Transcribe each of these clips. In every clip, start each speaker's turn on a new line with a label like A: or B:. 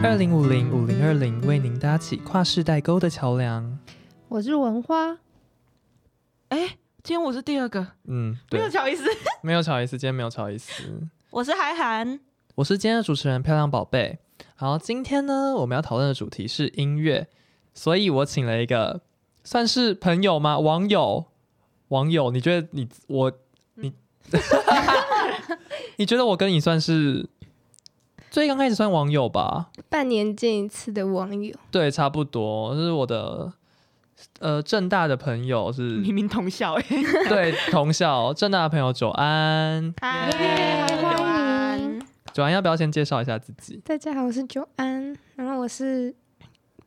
A: 二零五零五零二零为您搭起跨世代沟的桥梁。
B: 我是文花，
C: 今天我是第二个，
A: 嗯，
C: 没
A: 对
C: 有，乔伊斯，
A: 没有乔伊斯，今天没有乔伊斯。
C: 我是韩寒。
A: 我是今天的主持人漂亮宝贝。好，今天呢，我们要讨论的主题是音乐，所以我请了一个算是朋友吗？网友，网友，你觉得你我你，你觉得我跟你算是最刚开始算网友吧？
B: 半年见一次的网友，
A: 对，差不多，就是我的呃正大的朋友是
C: 明明同校哎、
A: 对，同校正大的朋友久安，
C: 嗨
B: 欢迎
A: 久安要不要先介绍一下自己？
B: 大家好，我是九安，然后我是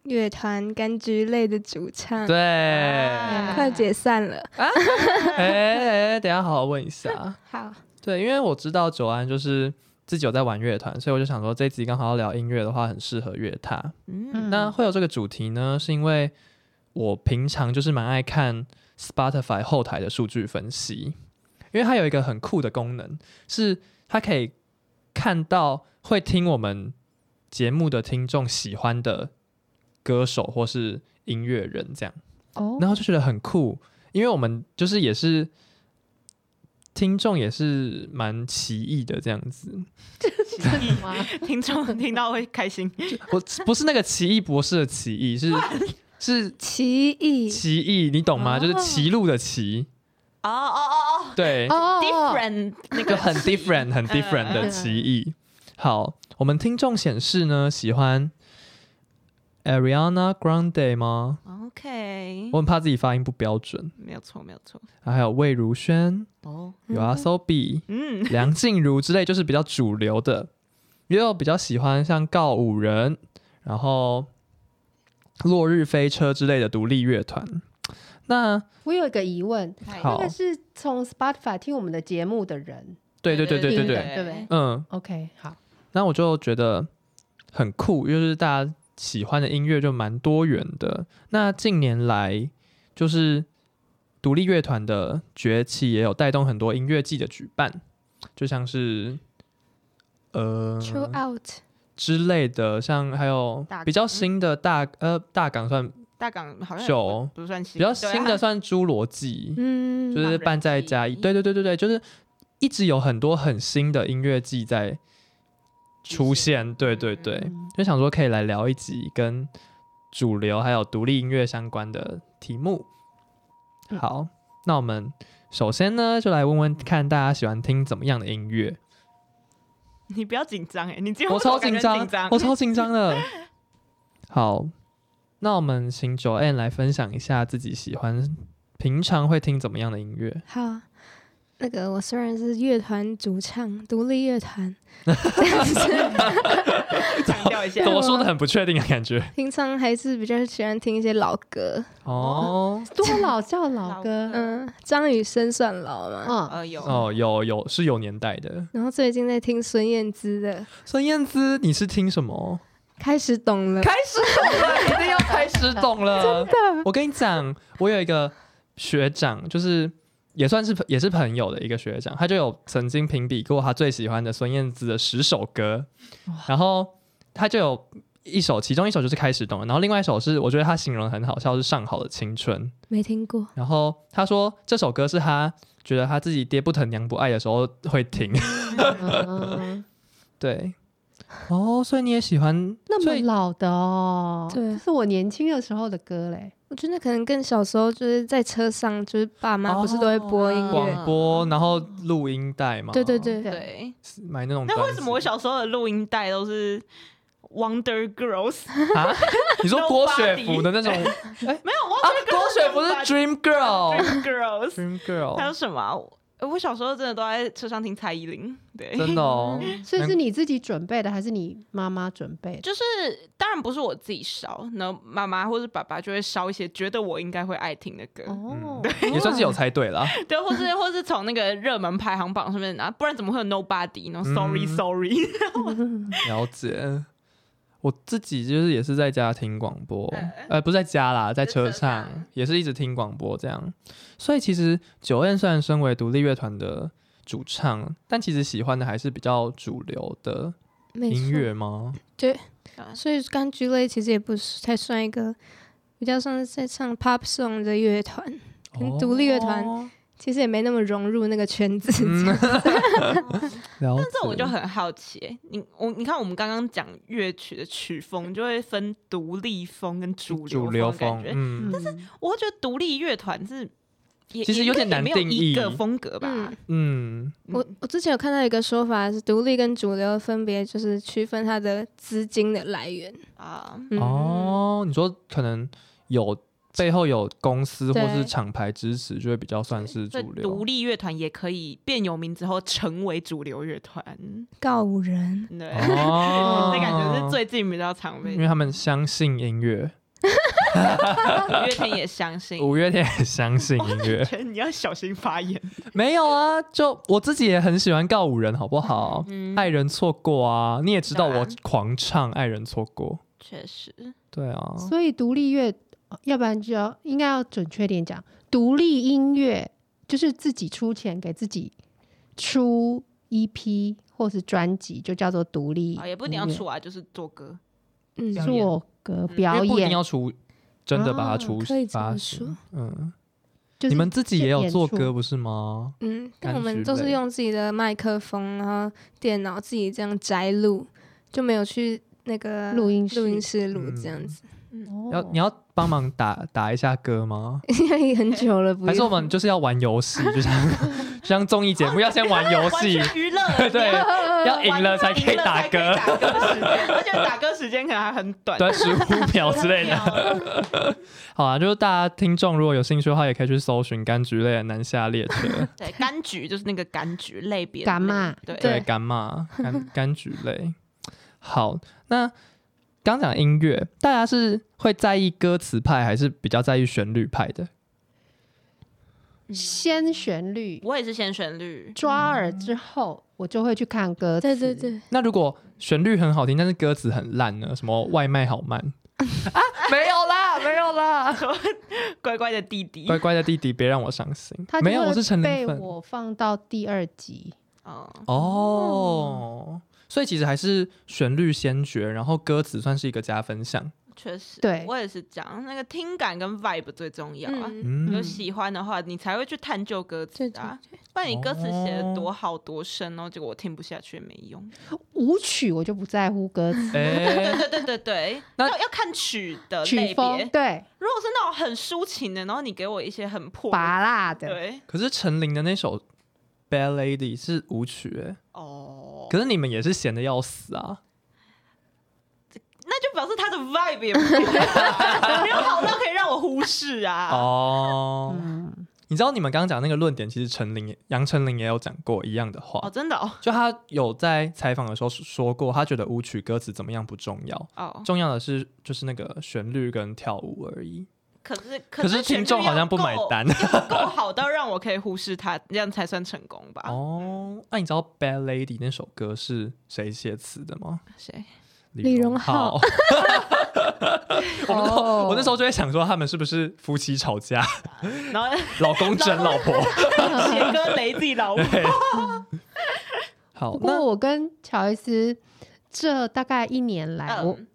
B: 乐团柑橘类的主唱，
A: 对，
C: 啊
B: 快解散了，
A: 哎哎，等一下好好问一下。
B: 好，
A: 对，因为我知道久安就是自己有在玩乐团，所以我就想说这一集刚好要聊音乐的话，很适合乐他。
C: 嗯，
A: 那会有这个主题呢，是因为我平常就是蛮爱看 Spotify 后台的数据分析，因为它有一个很酷的功能，是它可以看到会听我们节目的听众喜欢的歌手或是音乐人这样，
B: 哦
A: 然后就觉得很酷，因为我们就是也是。听众也是蛮奇异的这样子，
C: 听众听到会开心。
A: 我 不是那个奇异博士的奇异，是是
B: 奇异
A: 奇异，你懂吗？
B: 哦
A: 就是歧路的歧，
C: 哦哦哦哦
A: 对，
B: 哦
C: ，different 那
A: 就
C: 个
A: 很 different 很 different 的歧义。好，我们听众显示呢，喜欢 Ariana Grande 吗？
C: OK，
A: 我很怕自己发音不标准。
C: 没有错，没有错。
A: 啊还有魏如萱、
C: 哦，
A: 有阿 s o b
C: 嗯，
A: 梁静茹之类，就是比较主流的，也有比较喜欢像告五人，然后落日飞车之类的独立乐团。那
D: 我有一个疑问，
A: 好
D: 那个是从 Spotify 听我们的节目的人
A: 对对对对对
D: 听的，
A: 对，
D: 对不对
A: 嗯，
D: ？OK，好，
A: 那我就觉得很酷，就是大家喜欢的音乐就蛮多元的。那近年来，就是独立乐团的崛起，也有带动很多音乐季的举办，就像是呃
B: True Out，
A: 之类的，像还有
C: 大
A: 比较新的大呃大港算
C: 大港好像
A: 秀
C: 不算新，
A: 比较新的算《侏罗纪》
B: 嗯，
A: 就是搬在嘉义，对对对对对，就是一直有很多很新的音乐季在出现，对对对，
D: 嗯
A: 就想说可以来聊一集跟主流还有独立音乐相关的题目。好，那我们首先呢，就来问问看大家喜欢听怎么样的音 乐。
C: 啊你不要紧张哎，你今天
A: 我超紧
C: 紧张
A: 张，，我超紧张 的。好，那我们请九 N 来分享一下自己喜欢平常会听怎么样的音乐。
B: 好，那个我虽然是乐团主唱，独立乐 团，
C: 强调一下
A: 怎，么说的很不确定的感觉。
B: 平常还是比较喜欢听一些老歌，
A: 哦
D: 多老叫老
C: 老
D: 歌，
B: 嗯，张雨生算老嘛，
D: 嗯，
C: 呃有
A: 哦，有有是有年代的。
B: 然后最近在听孙燕姿的，
A: 孙燕姿，你是听什么？
B: 开始懂了，
A: 开始懂了，一定要开始懂 了。我跟你讲，我有一个学长，就是也算是也是朋友的一个学长，他就有曾经评比过他最喜欢的孙燕姿的十首歌，然后他就有一首，其中一首就是开始懂了，然后另外一首是我觉得他形容得很好笑，是上好的青春。
B: 没听过，
A: 然后他说这首歌是他觉得他自己爹不疼娘不爱的时候会听。
D: 嗯
A: 对，哦，所以你也喜欢
D: 那
A: 所
D: 么
A: 以
D: 老的哦，
B: 对
D: 这是我年轻的时候的歌嘞。
B: 我觉得可能跟小时候就是在车上，就是爸妈不是都会播音
C: 嗯
B: 乐，
A: 广播，然后录音带嘛？
B: 对对，对，
C: 对。
A: 买那种单子。
C: 那为什么我小时候的录音带都是 Wonder Girls？
A: 啊？你说
C: Nobody
A: 郭雪芙的那种？
C: 没有
A: 啊，郭雪芙是 Dream Girl，Dream
C: ，Wonder Girls，还有
A: Girl，
C: 什么啊？我我小时候真的都在车上听蔡依林，对，
A: 真的哦。
D: 所以是你自己准备的，还是你妈妈准备的？
C: 就是当然不是我自己烧，然后妈妈或是爸爸就会烧一些觉得我应该会爱听的歌，
A: 嗯
D: 哦，
C: 嗯
A: 也算是有猜对了，
C: 对，或是或是从那个热门排行榜上啊面拿，不然怎么会有 Nobody 然后 Sorry
A: 嗯
C: Sorry？、
A: 了解。我自己就是也是在家听广播，呃，不是在家啦，在车
C: 哎在车上
A: 上也是一直听广播这样。所以其实九 N 虽然身为独立乐团的主唱，但其实喜欢的还是比较主流的
B: 没
A: 音
B: 错。
A: 乐吗？
B: 所以柑橘类其实也不是太算一个比较像是在唱 pop song 的乐团，跟独立乐团
A: 哦
B: 其实也没那么融入那个圈子。
A: 嗯 了解，
C: 这我就很好奇、欸，你我你看我们刚刚讲乐曲的曲风，就会分独立风跟主流
A: 主流
C: 的感
A: 风，
C: 觉。
A: 嗯
D: 但是
C: 我会觉得独立乐团是也
A: 其实
C: 也
A: 有点难
C: 也没有
A: 定义
C: 一个风格吧。
B: 嗯，
A: 嗯，
B: 我我之前有看到一个说法是，独立跟主流分别就是区分它的资金的来源。
C: 啊，
B: 嗯，
A: 哦，你说可能有背后有公司或是
B: 对
A: 厂牌支持，就会比较算是
C: 所以
A: 主流。
C: 独立乐团也可以变有名之后成为主流乐团，
B: 告五人，
C: 对，
A: 哦 嗯
C: 这感觉是最近比较常被
A: 因为他们相信音乐，
C: 五月天也相信。
A: 五月天也相信音乐。
C: 觉得你要小心发言。
A: 没有啊，就我自己也很喜欢告五人，好不 好？
C: 嗯，
A: 爱人错过啊，你也知道
C: 当
A: 我
C: 然
A: 狂唱《爱人错过》。
C: 确实，
A: 对啊，
D: 所以独立乐，要不然就要应该要准确点讲，独立音乐就是自己出钱给自己出 EP 或是专辑，就叫做独立音乐。
C: 啊，也不一定要出啊，就是做歌。
B: 嗯，
A: 表演
D: 做歌
A: 因
D: 表
A: 为不一定
D: 演，
A: 要出，真的把它
D: 啊
A: 出
B: 可以这
A: 发
B: 么
A: 行。
B: 说。
A: 嗯，
D: 就是
A: 你们自己也有
D: 演
A: 做
D: 出
A: 歌不是吗？
B: 嗯，但
A: 柑
B: 我们
A: 橘
B: 都是
A: 类
B: 用自己的麦克风，然后电脑自己这样摘录，就没有去那个
D: 录音
B: 录音
D: 室
B: 室录这样
A: 嗯
B: 子，
A: 要你要帮忙打打一下歌吗？
B: 因为很久了，不
A: 还是
B: 用
A: 我们就是要玩游戏，就像 就像综艺节目要先玩游 戏，，
C: 完全娱乐
A: 对， 要赢了才可以打
C: 赢
A: 歌
C: 了，才可以打歌时间，而且打歌时间可能还很短，
A: 对，十 五秒之类的。
C: 的。
A: 好啊，就是大家听众如果有兴趣的话，也可以去搜寻柑橘类的南下列 车，
C: 对，柑橘就是那个柑橘类别的
D: 干嘛？
C: 那个，对，
A: 对，干嘛柑柑橘类。好，那刚讲音乐，大家是会在意歌词派，还是比较在意旋律派的？
D: 先旋律
C: 我也是先旋律，
D: 抓耳之后，我就会去看歌词。
B: 对对对，
A: 那如果旋律很好听，但是歌词很烂呢？什么外卖好慢？
C: 没有啦，没有 啦，乖乖的弟弟
A: 乖，乖的弟弟，别让我伤心
D: 他。就
A: 没有，
D: 会
A: 我是陈
D: 被
A: 零粉。
D: 我放到第二集，
C: 哦，
D: 嗯
A: 哦，所以其实还是旋律先决，然后歌词算是一个加分项。
C: 确实，
D: 对
C: 我也是这样，那个听感跟 vibe 最重要啊。
B: 嗯，
C: 你有
A: 嗯，
C: 喜欢的话，你才会去探究歌词
B: 对对
C: 啊。不然你歌词写
A: 哦
C: 的多好多深哦，结果我听不下去也没 用。
D: 舞曲我就不在乎歌 词。
A: 哎、
C: 对对对对对，
A: 那
C: 要要看曲的
D: 曲
C: 呃类
D: 风
C: 别。
D: 对，
C: 如果是那种很抒情的，然后你给我一些很破的，
D: 拔辣的，
C: 对，
A: 可是陈琳的那首《Bad Lady》是舞曲、哎，
C: 哦，
A: 可是你们也是闲的要死啊！
C: 那就表示他的 vibe 也不错啊，没有好到可以让我忽视啊。
A: 哦，
D: 嗯，
A: 你知道你们刚刚讲那个论点，其实陈琳也、杨丞琳也有讲过一样的话。
C: 哦，真的哦，
A: 就他有在采访的时候说过，他觉得舞曲歌词怎么样不重要，
C: 哦，
A: 重要的是就是那个旋律跟跳舞而已。
C: 可是
A: 可是听众好像不买 单，
C: 旋律要够，要够好到让我可以忽视他，这样才算成功吧？
A: 哦，那、你知道《Bad Lady》那首歌是谁写词的吗？
C: 谁？
B: 李荣浩。
A: 我们那时候
D: 哦
A: 我那时候就会想说，他们是不是夫妻吵 架，
C: 然后
A: 老公整老婆？
C: 写歌雷自己老母，
A: 对。好
D: 不，过
A: 那
D: 我跟乔伊斯这大概一年来，哎我
C: 嗯，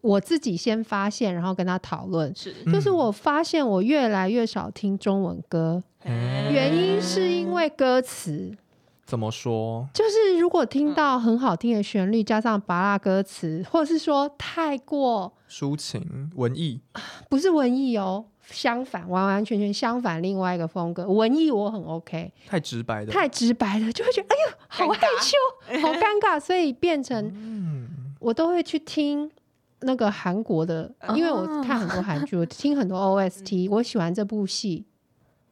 D: 我自己先发现，然后跟他讨论，
C: 是，
D: 就是我发现我越来越少听中文歌，
A: 嗯
D: 原因是因为歌词。
A: 怎么说？
D: 就是如果听到很好听的旋律，加上拔辣歌词，或者是说太过
A: 抒情文艺
D: 不是文艺哦，相反，完完全全相反另外一个风格。文艺我很 OK，
A: 太直白的，
D: 太直白了就会觉得哎呦好
C: 尴
D: 害 羞，好尴尬，所以变成
A: 嗯，
D: 我都会去听。那个韩国的，因为我
C: 哦
D: 看很多韩剧，我听很
C: 嗯
D: 多 OST，我喜欢这部戏，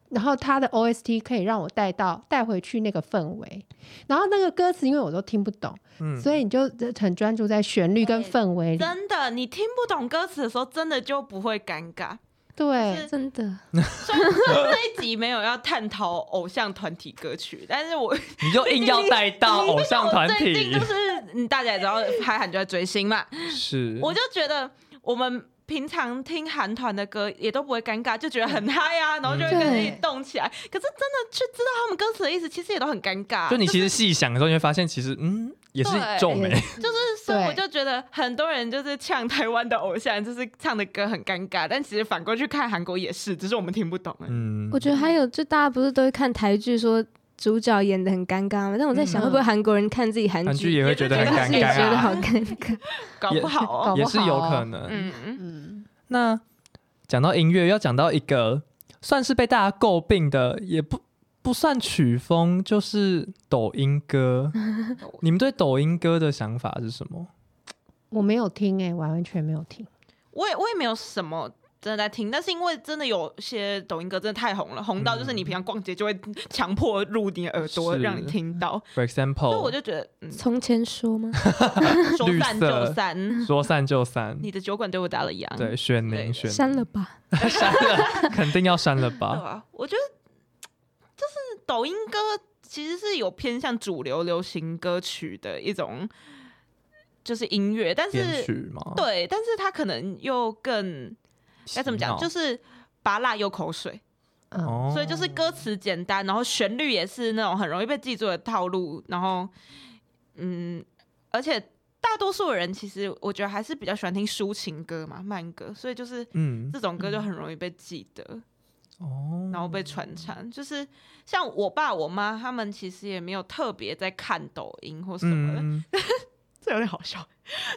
D: 然后它的 OST 可以让我带到带回去那个氛围，然后那个歌词因为我都听不懂，
A: 嗯
D: 所以你就很专注在旋律跟
C: 对
D: 氛围里。
C: 真的，你听不懂歌词的时候，真的就不会尴尬。
D: 对，
B: 真
A: 嗯
B: 的，
C: 虽然虽然这一集没有要探讨偶像团体歌曲，但是我
A: 你就硬要带 到偶像团
C: 最近
A: 体嗯
C: 就，是嗯，大家也知道韩寒就在追星嘛，
A: 是
C: 我就觉得我们平常听韩团的歌也都不会尴尬，就觉得很嗨啊，然后就会跟
B: 嗯
C: 自
B: 对
C: 己动起来。可是真的去知道他们歌词的意思，其实也都很尴尬。啊
A: 就你其实细想的时候，你会发现其实嗯也是欸皱眉，
C: 就是，所以
D: 对
C: 我就觉得很多人就是呛台湾的偶像，就是唱的歌很尴尬，但其实反过去看韩国也是，只是我们听不懂而已。
A: 嗯
B: 我，觉得还有，就大家不是都会看台剧，说主角演的很尴尬吗？但我在想，
C: 嗯
B: 会不会韩国人看自己韩
A: 韩剧
B: 剧，
A: 也会觉得很
B: 自
A: 尴
B: 己觉
A: 尬
B: 得
A: 啊，
B: 好尴尬？
C: 搞不好哦，
D: 搞
A: 也
D: 不
A: 是
D: 好
A: 有
D: 哦
A: 可能。
C: 嗯，
D: 嗯，
A: 那讲到音乐，要讲到一个算是被大家诟病的，也不不算曲风，就是抖音 歌。你们对抖音歌的想法是什么？
D: 我没有听哎、完全没有听。
C: 我也我也没有什么。真的在听，但是因为真的有些抖音歌真的太红了，红到就是你平常逛街就会强迫入你的耳朵，
A: 是
C: 让你听到，
A: For
C: 所以我
A: example，
C: 就觉得，嗯，
B: 从前说吗？
C: 说
A: 绿
C: 散
A: 色
C: 就散，
A: 说散就散，
C: 你的酒馆对我打了烊。
A: 对，选
C: 对
A: 您选
B: 删了 吧，
A: 您删了，肯定要删了
C: 对
A: 吧？
C: 啊，我觉得就是抖音歌其实是有偏向主流流行歌曲的一种，就是音乐，但
A: 编
C: 是
A: 曲吗？，
C: 对，但是它可能又更该怎么讲，就是拔辣又口水，
D: 嗯，
A: 哦，
C: 所以就是歌词简单，然后旋律也是那种很容易被记住的套路，然后嗯，而且大多数人其实我觉得还是比较喜欢听抒情歌嘛，慢歌，所以就是
A: 嗯
C: 这种歌就很容易被记得。
A: 哦，
C: 然后被传唱，就是像我爸我妈他们其实也没有特别在看抖音或什么的，
A: 嗯，
C: 这有点好笑。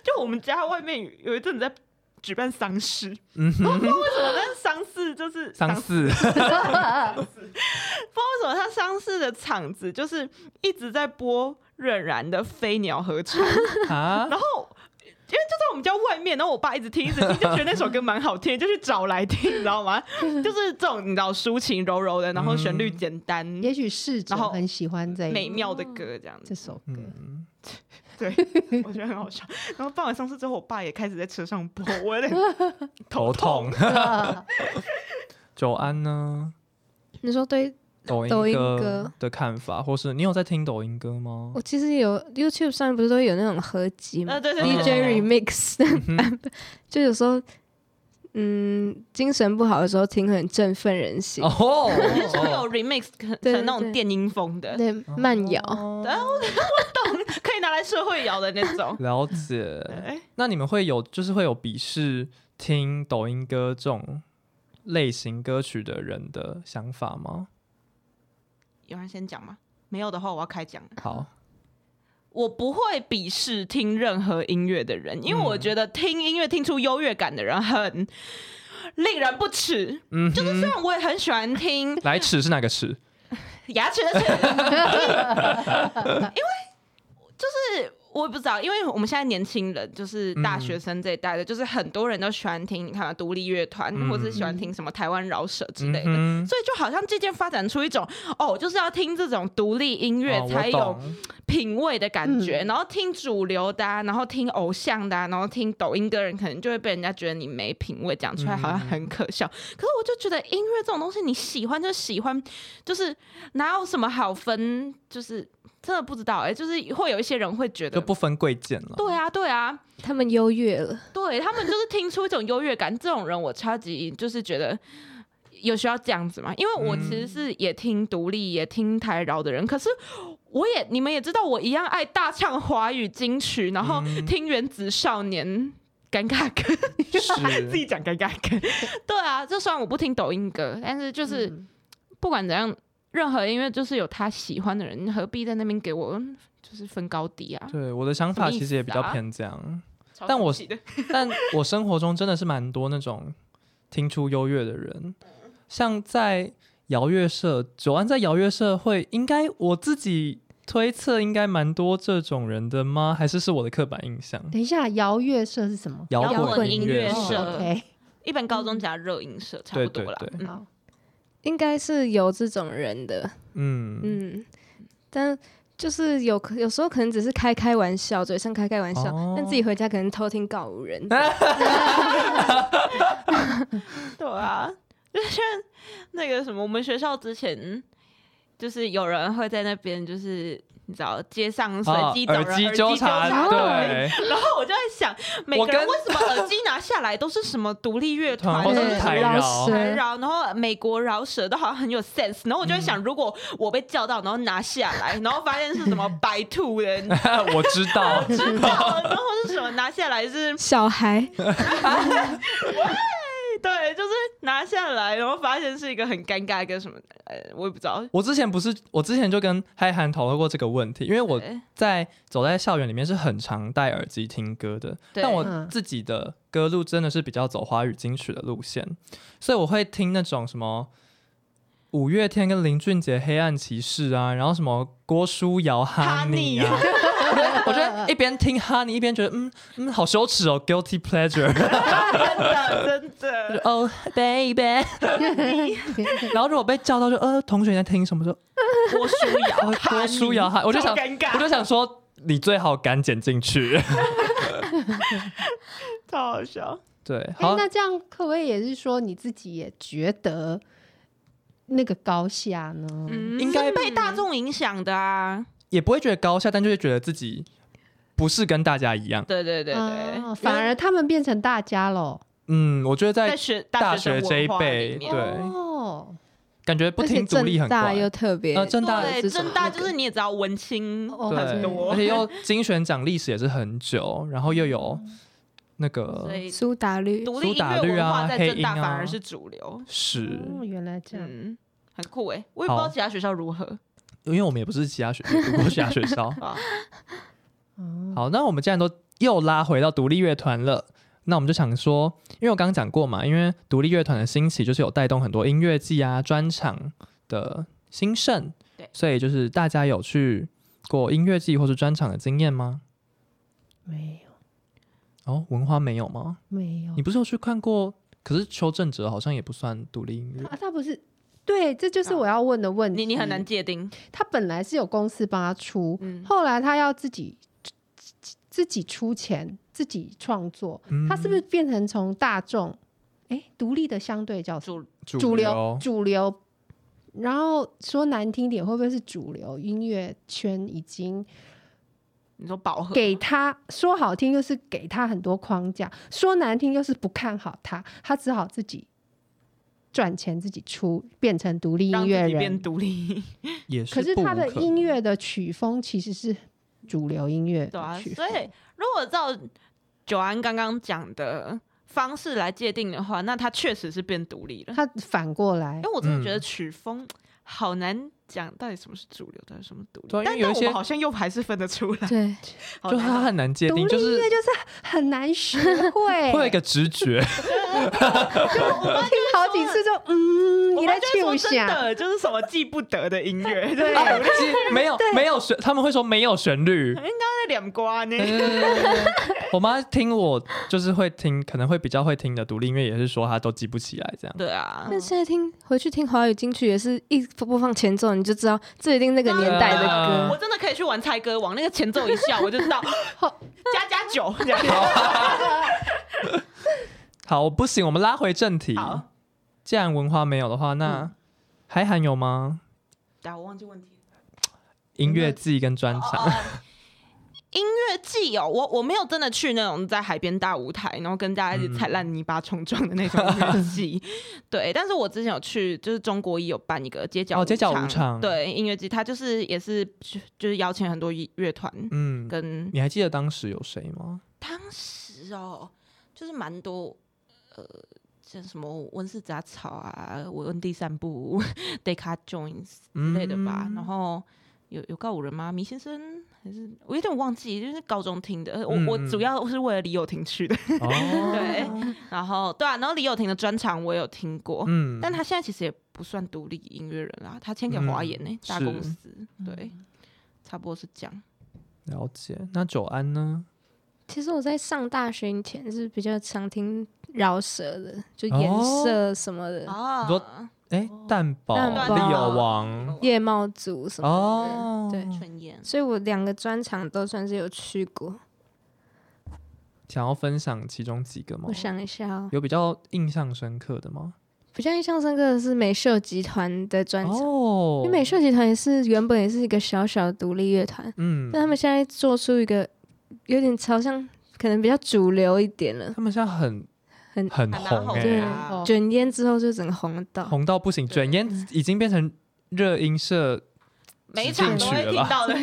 C: 就我们家外面有一阵子在举办丧事，
A: 嗯哼
C: 为什么？但是丧事就是
A: 丧事，
C: 不知道为什么他丧事的场子就是一直在播任然的《飞鸟合唱》，
A: 啊，
C: 然后。因为就在我们家外面，然后我爸一直听，一直听，就觉得那首歌蛮好听，就去找来听，你知道吗？就是这种你知道抒情柔柔的，然后旋律
A: 嗯
C: 简单、
D: 也许逝者
C: 然后
D: 很喜欢这
C: 美
D: 一
C: 妙的歌这样子。
D: 这首歌。
A: 嗯，
C: 对，我觉得很好笑。然后办完丧事之后，我爸也开始在车上播，我有点
A: 头痛。 久安呢？
B: 你说对
A: 抖音
B: 抖音
A: 歌
B: 歌
A: 的看法，或是你有在听抖音歌吗？
B: 我其实有 YouTube 上面不是都有那种合集吗
C: 呃，
A: 嗯
C: 对对对
B: ？DJ
C: 对
B: remix，就 有时候，嗯，精神不好的时候听会很振奋人心，
A: 哦，。
C: 就是会有 remix 成
B: 对
C: 成那种
B: 对对
C: 电音风的，
B: 对，慢摇。
C: 然后我懂，可以拿来社会摇的那种
A: 了解。
C: 对
A: 那你们会有就是会有鄙视听抖音歌这种类型歌曲的人的想法吗？
C: 有人先讲吗？没有的话，我要开讲了。
A: 好，
C: 我不会鄙视听任何音乐的人，因为
A: 嗯
C: 我觉得听音乐听出优越感的人很令人不齿。
A: 嗯哼，
C: 就是虽然我也很喜欢听
A: 来齿是哪个齿？
C: 牙齿的齿，因为就是我也不知道，因为我们现在年轻人就是大学生这一代的，就是很多人都喜欢听，你看啊独立乐团，
A: 嗯
C: 或者是喜欢听什么台湾饶舌之类的。
A: 嗯哼
C: 所以就好像渐渐发展出一种哦，就是要听这种独立音乐
A: 哦我
C: 才有
A: 懂
C: 品味的感觉，然后听主流的、啊，然后听偶像的、啊，然后听抖音歌人，可能就会被人家觉得你没品味，讲出来好像很可笑。可是我就觉得音乐这种东西，你喜欢就喜欢，就是哪有什么好分，就是真的不知道哎、就是会有一些人会觉
A: 就
C: 得，
A: 不分贵贱了。
C: 对啊，对啊，
B: 他们优越了，
C: 对他们就是听出一种优越感，这种人我超级就是觉得有需要这样子嘛，因为我其
A: 嗯
C: 实是也听独立，也听台饶的人，可是我也你们也知道，我一样爱大唱华语金曲，然后
A: 嗯
C: 听原子少年。尴尬歌，自己
A: 是，
C: 讲尴尬歌。 对啊，就虽然我不听抖音歌，但是就是
D: 嗯
C: 不管怎样，任何音乐就是有他喜欢的人，你何必在那边给我就是分高低啊？
A: 对我的想法其实也比
C: 什
A: 较
C: 么意思啊
A: 偏这样，
C: 超
A: 但我
C: 生气的
A: 但我生活中真的是蛮多那种听出优越的人，像在摇乐社，久安在摇乐社会，应该我自己推测应该蛮多这种人的吗？还是是我的刻板印象？
D: 等一下，摇乐社是什么？
A: 摇
C: 摇
A: 滚
C: 滚
A: 音
C: 音
A: 乐
C: 乐
A: 社
C: 社
D: 哦，OK，
C: 一般高中加热音社差
A: 嗯对
C: 不多
A: 对
C: 啦。
A: 对
C: 嗯
D: 好，
B: 应该是有这种人的，
A: 嗯，
B: 嗯，但就是有可有时候可能只是开开玩笑，嘴上开开玩笑，
A: 哦
B: 但自己回家可能偷听告五 人。
C: 对啊，就是那个什么，我们学校之前就是有人会在那边，就是你知道街上随
A: 啊
C: 机找人、
A: 耳机纠
C: 然
A: 察
C: 后
A: 队，
C: 然后我就在想，每
A: 我
C: 个人
A: 跟
C: 为什么耳机拿下来都是什么独立乐
A: 团
C: 团
A: 或
C: 都
A: 者
C: 是
A: 是
C: 什
A: 台
C: 么
A: 饶
D: 老师
C: 台饶，然后美国饶舌都好像很有 sense，然后我就会
A: 嗯
C: 想，如果我被叫到，然后拿下来，然后发现是什么 白兔人，然
A: 我知道，
C: 后是什么拿下来是
B: 小孩，
C: 对，就是拿下来，然后发现是一个很尴尬跟什么，呃，我也不知道。
A: 我之前不是，我之前就跟嗨涵讨论过这个问题，因为我
C: 对
A: 在走在校园里面是很常戴耳机听歌的，
C: 对
A: 但我
D: 嗯
A: 自己的歌路真的是比较走华语金曲的路线，所以我会听那种什么五月天跟林俊杰《黑暗骑士》啊，然后什么郭书瑶《哈尼》啊， 我觉得一边听《哈尼》一边觉得嗯嗯好羞耻哦，guilty pleasure，
C: 真的真的，
A: 哦 baby，然后如
D: 哎
A: 果被叫到就呃同学你在听什么 说
C: 郭书瑶，
A: 哦郭书瑶哈，我就想
C: 超尴尬，
A: 我就想说，你最好敢剪进去。
C: 超好笑。
A: 对，
D: 哎、
A: 好，
D: 那这样可不可以也是说你自己也觉得那个高下呢？
C: 嗯，
A: 应该
C: 是被大众影响的啊。
A: 也不会觉得高下，但就会觉得自己不是跟大家一样。
C: 对对对对，
D: 啊反而他们变成大家喽。
A: 嗯，我觉得
C: 在
A: 在
C: 学
A: 大
C: 学
A: 学这一辈，
C: 对
A: 对，
D: 哦，
A: 感觉不
B: 而且
A: 听独立
B: 正
A: 很
B: 大
A: 怪。
B: 又特别，
A: 呃正大
C: 对，
B: 这种
C: 正大
B: 那个
C: 就是你也知道文青，
D: 哦
A: 对
D: 很，
C: 多
A: 而且又金选奖历史也是很久，然后又有
B: 嗯
A: 那个
C: 所以
B: 苏打绿，
C: 独立音
A: 苏打
C: 乐
A: 绿
C: 文
A: 啊
C: 化在正大
A: 黑鹰啊
C: 反而是主流。
A: 是，
D: 哦，原来这样。
C: 嗯，很酷哎，我也不知
A: 好
C: 道其他学校如何。
A: 因为我们也不是其他学，也读过其他学 校。
C: 啊嗯
D: 哦，
A: 好，那我们既然都又拉回到独立乐团了，那我们就想说，因为我刚刚讲过嘛，因为独立乐团的兴起就是有带动很多音乐季啊、专场的兴盛，
C: 对
A: 所以就是大家有去过音乐季或是专场的经验吗？
D: 没有，
A: 哦，文花没有吗？
D: 没有
A: 你。不是有去看过？可是邱正哲好像也不算独立音乐
D: 啊，他不是。对，这就是我要问的问题。
C: 你你很难界定，
D: 他本来是有公司帮他出，
C: 嗯
D: 后来他要自己自自自己出钱，自己创作，
A: 嗯
D: 他是不是变成从大众哎独立的相对叫什么
C: 主
D: 主流主流？然后说难听点，会不会是主流音乐圈已经
C: 你说饱和
D: 给他说好听，就是给他很多框架；说难听，就是不看好他，他只好自己赚钱，自己出，变成独立
C: 让
D: 音
C: 自
D: 乐
C: 己
D: 人
C: 变。独立，
A: 也是
D: 可是
A: 不
D: 他
A: 无
D: 的
A: 可
D: 音乐的曲风其实是主流音乐
C: 对啊
D: 的。曲风，
C: 所以如果照九安刚刚讲的方式来界定的话，那它确实是变独立了。
D: 他反过来
C: 因为我真的觉得
A: 嗯
C: 曲风好难讲，到底什么是主流，到底什么是独立。
A: 对啊因
C: 但
A: 为有一
C: 但我
A: 些
C: 们好像又还是分得出 来，
B: 对，
C: 好
A: 就
C: 难
A: 他
C: 哦
A: 很难界
D: 独立
A: 定，
D: 音
A: 就是
D: 乐就是很难学会，
A: 会有一个直觉，
D: 听好几次就嗯，
C: 我
D: 你
C: 们
D: 在
C: 就会
D: 唱
C: 说真
D: 下，
C: 的就是什么记不得的 音乐，对，
D: 对
A: 啊其实没有没有旋，他们会说没有旋律，
C: 那两瓜呢？
A: 嗯我妈听我就是会听，可能会比较会听的独立音乐，也是说她都记不起来这样。
C: 对啊，
B: 那现在听回去听华语金曲也是一播放前奏你就知道这一定那个年代的
A: 对啊
B: 歌
C: 我。真的可以去玩猜歌王，那个前奏一下我就 知道加加九，这样
A: 好，不行，我们拉回正题
C: 好。
A: 既然文化没有的话，
D: 嗯
A: 那还含有吗？
C: 对啊，我忘记问题了。
A: 音乐季跟专场，
D: 哦
C: 音乐季哦，我我没有真的去那种在海边大舞台，然后跟大家一起
A: 嗯
C: 踩烂泥巴冲撞的那种音乐季。 对，但是我之前有去，就是中国一有办一个街角
A: 哦街角舞场
C: 对音乐季，它就是也是就是邀请很多乐团
A: 嗯，
C: 跟
A: 你还记得当时有谁吗？
C: 当时哦，就是蛮多呃，像什么温室杂草啊，我温第三 部 Deca Jones 之
A: 嗯
C: 类的吧。然后有有告五人吗？迷先生还是我有点忘记，就是高中听的。呃我、
A: 嗯
C: 我
A: 嗯
C: 主要是为了李友廷去的。
A: 哦，
C: 对，然后对啊，然后李友廷的专场我有听过，
A: 嗯，
C: 但他现在其实也不算独立音乐人啦，他签给华研呢、
A: 嗯
C: 大
A: 是嗯
C: 公司。对，差不多是这样。
A: 了解。那九安呢？
B: 其实我在上大学以前是比较常听饶舌的，就
A: 哦
B: 颜色什么的。
C: 啊
A: 你说哎、蛋堡、
B: 蛋堡
A: 利友王，
B: 夜猫族什么
A: 哦，
B: 对
C: 春燕，
B: 所以我两个专场都算是有去过。
A: 哦想要分享其中几个吗
B: 我？想一下哦，
A: 有比较印象深刻的吗？
B: 比较印象深刻的是美秀集团的专场，
A: 哦
B: 因为美秀集团也是原本也是一个小小的独立乐团，
A: 嗯，
B: 但他们现在做出一个有点朝向可能比较主流一点了。
A: 他们现在很
B: 很
A: 很
C: 还蛮
A: 红哎、
B: 对
C: 啊
D: 哦
B: 卷烟之后就整个红 到，
A: 红到不行，卷烟已经变成热音社
C: 每一场都会听 到的。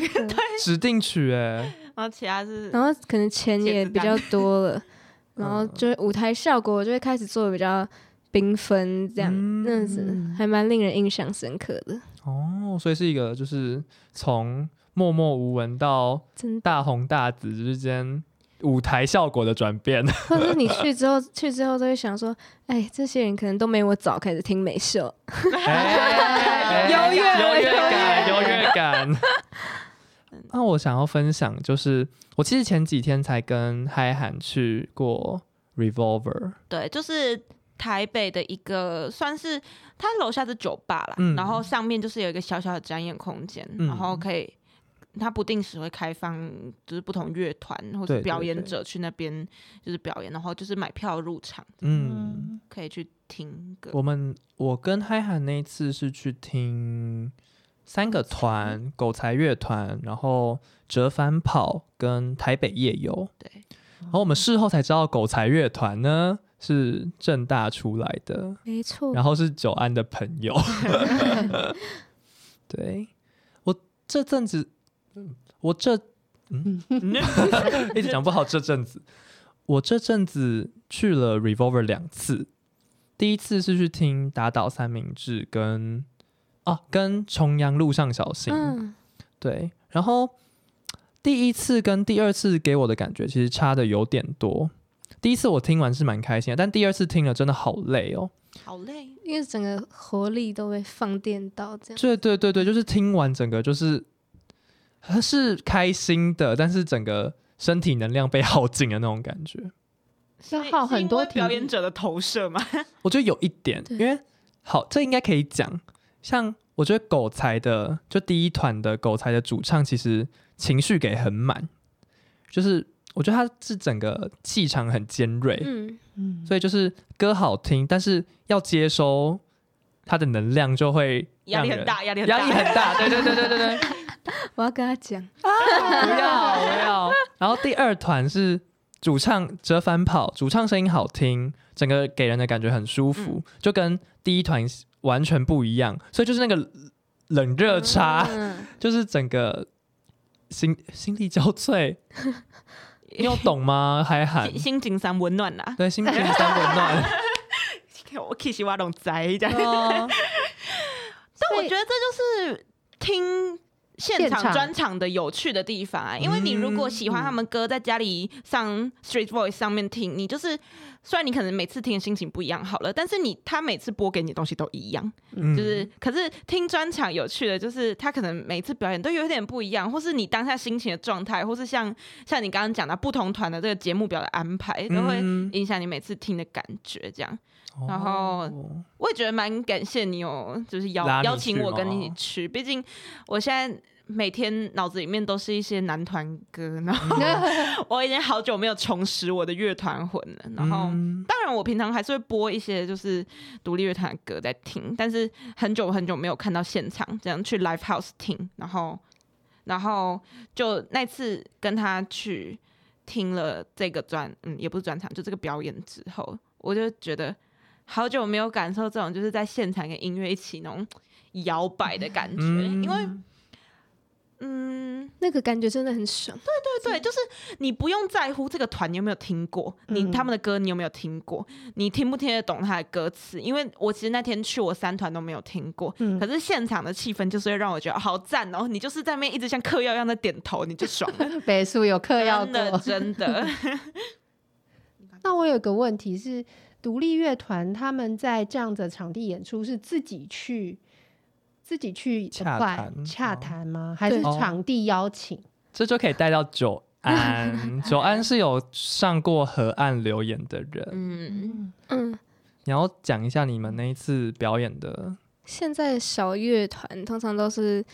A: 指定曲哎、
C: 然后其他是
B: 然后可能钱也比较多了，
A: 嗯
B: 然后就是舞台效果就会开始做的比较缤纷，这样、
A: 嗯
B: 那样子还蛮令人印象深刻的，
A: 哦，所以是一个就是从默默无闻到
B: 真的。
A: 大红大紫之间舞台效果的转 变。
B: 或者你去之后， 去之后都会想说，哎，这些人可能都没我早开始听美秀，
A: 哎
B: 优越
A: 优越感，优越 感。那我想要分享就是，我其实前几天才跟嗨韩去过 Revolver，
C: 对，就是台北的一个算是它楼下是酒吧啦，
A: 嗯
C: 然后上面就是有一个小小的展演空间，
A: 嗯
C: 然后可以。它不定时会开放，就是不同乐团或
A: 对对
C: 者表演者去那边就是表演，然后就是买票入场，
A: 嗯，
C: 可以去听
B: 嗯
C: 歌。
A: 我们我跟嗨韩那一次是去听三个
B: 嗯
A: 团，狗才乐团，然后折返跑跟台北夜游。
C: 对，
A: 然后我们事后才知道，狗才乐团呢是正大出来的，
B: 没错
A: 然，后是久安的朋友。对我这阵子，我这嗯，一直讲不好。这阵子，我这阵子去了 Revolver 两次，第一次是去听打倒三明治跟啊跟重阳路上小心，
B: 嗯，
A: 对，然后第一次跟第二次给我的感觉其实差的有点多。第一次我听完是蛮开心的，但第二次听了真的好累哦。
C: 好累，
B: 因为整个活力都被放电到，这样
A: 对对对对，就是听完整个就是呃是开心的，但是整个身体能量被耗尽的那种感觉。
D: 要
C: 是
D: 耗
C: 是因
D: 很多
C: 为
D: 体
C: 表
D: 力
C: 演者的投射嘛。
A: 我觉得有一点，
B: 对
A: 因为好，这应该可以讲。像我觉得狗才的，就第一团的狗才的主唱，其实情绪给很满，就是我觉得他是整个气场很尖锐，
B: 嗯，
D: 嗯
A: 所以就是歌好听，但是要接收他的能量就会
C: 压
A: 让
C: 力很
A: 人，
C: 大，压力很大，
A: 压力很大，对对对对对对。
B: 我要跟他讲，
A: 不要不 要。然后第二团是主唱折返跑，主唱声音好听，整个给人的感觉很舒服，就跟第一团完全不一样。所以就是那个冷热差，
B: 嗯
A: 就是整个心心力交 瘁。你有懂吗？还喊
C: 心心情上温 暖啦。
A: 对，心情三温暖。
C: 我 kiss 我拢宅这样。
A: 对啊
C: 但我
D: 所以
C: 觉得这就是听现
D: 现
C: 场
D: 场
C: 专场的有趣的地方啊，因为你如果喜欢他们歌，在家里上 Street Voice 上面听，你就是虽然你可能每次听的心情不一样好了，但是你他每次播给你的东西都一样，
A: 嗯
C: 就是可是听专场有趣的就是他可能每次表演都有一点不一样，或是你当下心情的状态，或是像像你刚刚讲的不同团的这个节目表的安排，都会
A: 嗯
C: 影响你每次听的感觉这样。然后
A: 哦
C: 我也觉得蛮感谢你哦，就是邀
A: 拉你
C: 邀请
A: 去
C: 我跟你一
A: 吗
C: 起去，毕竟我现在每天脑子里面都是一些男团歌，然 后我已经好久没有重拾我的乐团魂了。然后，
A: 嗯
C: 当然我平常还是会播一些就是独立乐团的歌在听，但是很久很久没有看到现场，这样去 live house 听，然后然后就那次跟他去听了这个专，嗯，也不是专场，就这个表演之后，我就觉得好久没有感受这种就是在现场跟音乐一起那种摇摆的感觉，
A: 嗯
C: 因为嗯，
B: 那个感觉真的很 爽，
C: 对对，就是你不用在乎这个团你有没有听过，你
D: 嗯
C: 他们的歌你有没有听过，你听不听得懂他的歌词？因为我其实那天去我三团都没有听过，
D: 嗯
C: 可是现场的气氛就是会让我觉得哦好赞哦！你就是在那边一直像嗑药一样在点头，你就爽了，
D: 北苏有嗑药
C: 真的
D: 过。
C: 真的。
D: 那我有个问题是，独立乐团他们在这样的场地演出是自己去自己去
A: 洽
D: apply-
A: 谈
D: 洽
A: 哦
D: 谈吗？还是
B: 对
A: 哦
D: 场地邀请？
A: 这就可以带到久安，久安是有上过河岸留言的人，
C: 嗯，
D: 嗯，
B: 嗯，
A: 你要讲一下你们那一次表演的，
B: 现在小乐团通常都是